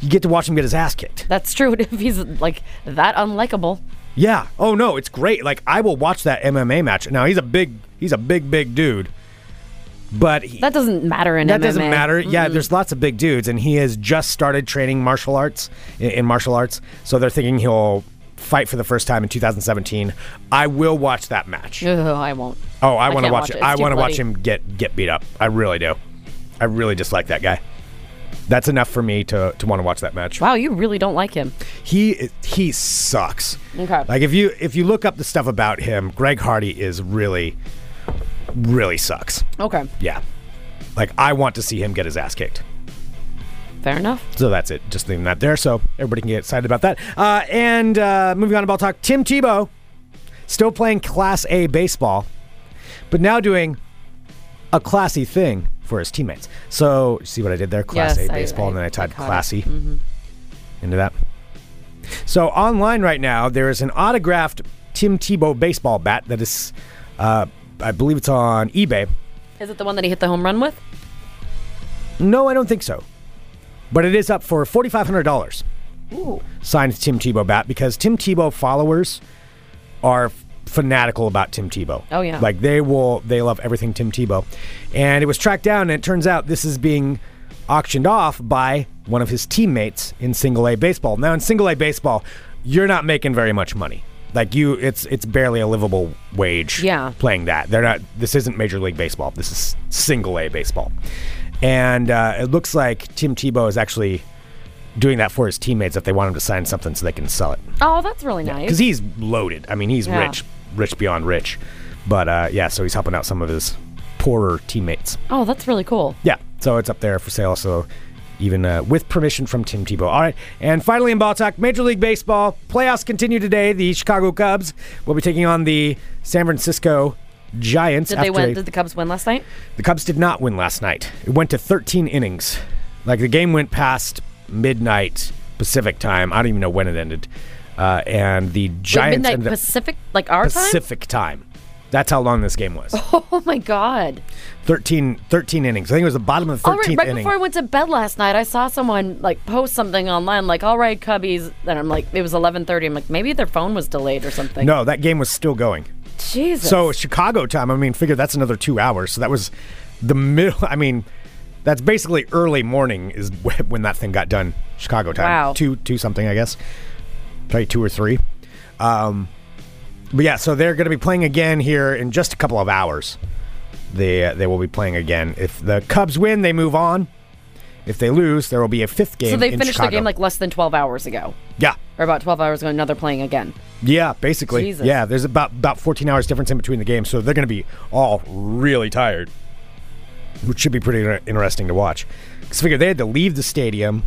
Speaker 6: you get to watch him get his ass kicked.
Speaker 7: That's true. If he's like that unlikable,
Speaker 6: Yeah. Oh no, it's great. Like I will watch that MMA match. Now he's a big he's a big big dude. But he,
Speaker 7: that doesn't matter in
Speaker 6: that
Speaker 7: MMA.
Speaker 6: doesn't matter. Yeah, there's lots of big dudes, and he has just started training martial arts in, in martial arts. So they're thinking he'll fight for the first time in 2017. I will watch that match.
Speaker 7: Ugh, I won't.
Speaker 6: Oh, I want to watch
Speaker 7: can't watch
Speaker 6: it.
Speaker 7: it. It's
Speaker 6: I
Speaker 7: too
Speaker 6: want to watch
Speaker 7: bloody.
Speaker 6: him get get beat up. I really do. I really dislike that guy. That's enough for me to to want to watch that match.
Speaker 7: Wow, you really don't like him.
Speaker 6: He he sucks.
Speaker 7: Okay.
Speaker 6: Like if you if you look up the stuff about him, Greg Hardy is really really sucks.
Speaker 7: Okay,
Speaker 6: Yeah. Like I want to see him get his ass kicked.
Speaker 7: fair enough.
Speaker 6: So that's it. Just leaving that there so everybody can get excited about that. Uh, and uh, moving on to ball talk, Tim Tebow still playing Class A baseball, but now doing a classy thing for his teammates. So see what I did there? Class
Speaker 7: Yes,
Speaker 6: A
Speaker 7: I-
Speaker 6: baseball, and then
Speaker 7: I-
Speaker 6: I typed
Speaker 7: I caught it. Mm-hmm.
Speaker 6: classy into that. So online right now, there is an autographed Tim Tebow baseball bat that is, uh, I believe it's on eBay.
Speaker 7: Is it the one that he hit the home run with?
Speaker 6: No, I don't think so. But it is up for forty five hundred dollars. Signed Tim Tebow bat because Tim Tebow followers are fanatical about Tim Tebow.
Speaker 7: Oh, yeah.
Speaker 6: like they will they love everything Tim Tebow, and it was tracked down. And it turns out this is being auctioned off by one of his teammates in Single A baseball. Now in Single A baseball, you're not making very much money. Like you, it's it's barely a livable wage
Speaker 7: Yeah.
Speaker 6: playing that. They're not. This isn't Major League Baseball. This is Single A baseball, and uh, it looks like Tim Tebow is actually doing that for his teammates if they want him to sign something so they can sell it
Speaker 7: Oh, that's really nice.
Speaker 6: because he's loaded. I mean, he's
Speaker 7: Yeah.
Speaker 6: rich, rich beyond rich. But uh, yeah, so he's helping out some of his poorer teammates.
Speaker 7: oh, that's really cool.
Speaker 6: Yeah, so it's up there for sale. So even uh, with permission from Tim Tebow. All right, and finally in ball talk, Major League Baseball playoffs continue today. The Chicago Cubs will be taking on the San Francisco Giants.
Speaker 7: Did they
Speaker 6: after
Speaker 7: win?
Speaker 6: a-
Speaker 7: Did the Cubs win last night?
Speaker 6: the Cubs did not win last night. It went to 13 innings. Like the game went past midnight Pacific time. I don't even know when it ended. Uh, and the
Speaker 7: Wait,
Speaker 6: Giants
Speaker 7: midnight
Speaker 6: ended up-
Speaker 7: Pacific, like our time.
Speaker 6: Pacific time? That's how long this game was.
Speaker 7: Oh my god!
Speaker 6: 13, 13 innings. I think it was the bottom of the 13th
Speaker 7: All Oh, right, right
Speaker 6: inning.
Speaker 7: before I went to bed last night, I saw someone like post something online, like "All right, Cubbies," and I'm like, it was 11:30. I'm like, maybe their phone was delayed or something.
Speaker 6: no, that game was still going.
Speaker 7: Jesus.
Speaker 6: So Chicago time, I mean, figure that's another two hours. So that was the middle. I mean, that's basically early morning is wh- when that thing got done. Chicago time,
Speaker 7: Wow.
Speaker 6: two two something, I guess, probably two or three. Um, but yeah, so they're going to be playing again here in just a couple of hours. They uh, they will be playing again. If the Cubs win, they move on. If they lose, there will be a fifth game.
Speaker 7: so
Speaker 6: in
Speaker 7: they finished
Speaker 6: Chicago.
Speaker 7: their game like less than 12 hours ago,
Speaker 6: yeah.
Speaker 7: or about 12 hours ago. and Now they're playing again.
Speaker 6: Yeah, basically.
Speaker 7: Jesus.
Speaker 6: Yeah, there's about about 14 hours difference in between the games, so they're going to be all really tired, which should be pretty inter- interesting to watch. Because figure they had to leave the stadium,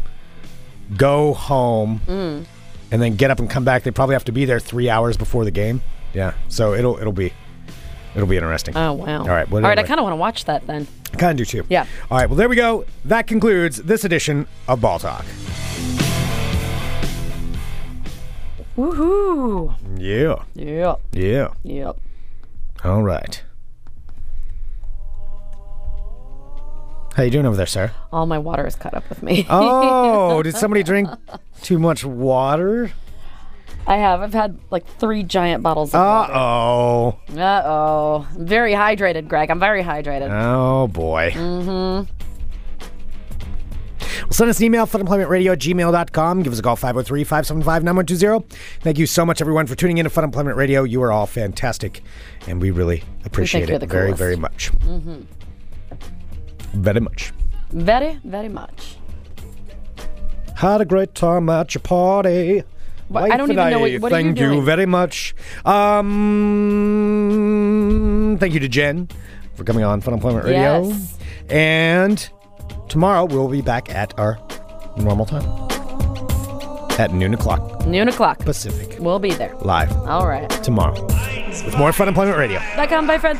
Speaker 6: go home,
Speaker 7: Mm.
Speaker 6: and then get up and come back. They probably have to be there three hours before the game. Yeah, so it'll it'll be it'll be interesting.
Speaker 7: Oh wow!
Speaker 6: All right.
Speaker 7: All
Speaker 6: What,
Speaker 7: right. I
Speaker 6: what-
Speaker 7: kind of want to watch that then.
Speaker 6: Kind of do too.
Speaker 7: Yeah.
Speaker 6: All right. Well, there we go. That concludes this edition of Ball Talk.
Speaker 7: Woohoo!
Speaker 6: Yeah.
Speaker 7: Yep.
Speaker 6: Yeah.
Speaker 7: Yep.
Speaker 6: All right. How you doing over there, sir?
Speaker 7: All my water is caught up with me.
Speaker 6: Oh, did somebody drink too much water?
Speaker 7: I have. I've had like three giant bottles. of
Speaker 6: Uh oh.
Speaker 7: Uh oh. I'm very hydrated, Greg. I'm very hydrated.
Speaker 6: Oh boy. Mm-hmm. Well, send us an email, funemploymentradio at gmail.com. Give us a call, 503-575-9120. Thank you so much, everyone, for tuning in to Fun Employment Radio. You are all fantastic, and we really appreciate
Speaker 7: you're
Speaker 6: it
Speaker 7: the
Speaker 6: very,
Speaker 7: coolest.
Speaker 6: very much. Mm-hmm. Very much.
Speaker 7: Very, very much.
Speaker 6: Had a great time at your party.
Speaker 7: What- I don't
Speaker 6: and
Speaker 7: even know what- what are you
Speaker 6: Thank you
Speaker 7: doing?
Speaker 6: very much. Um, thank you to Jen for coming on Fun Employment Radio.
Speaker 7: Yes.
Speaker 6: And tomorrow we'll be back at our normal time at noon o'clock
Speaker 7: Noon o'clock.
Speaker 6: Pacific
Speaker 7: We'll be there.
Speaker 6: live
Speaker 7: All right.
Speaker 6: tomorrow with more Fun Employment Radio.
Speaker 7: Back on, bye, friends.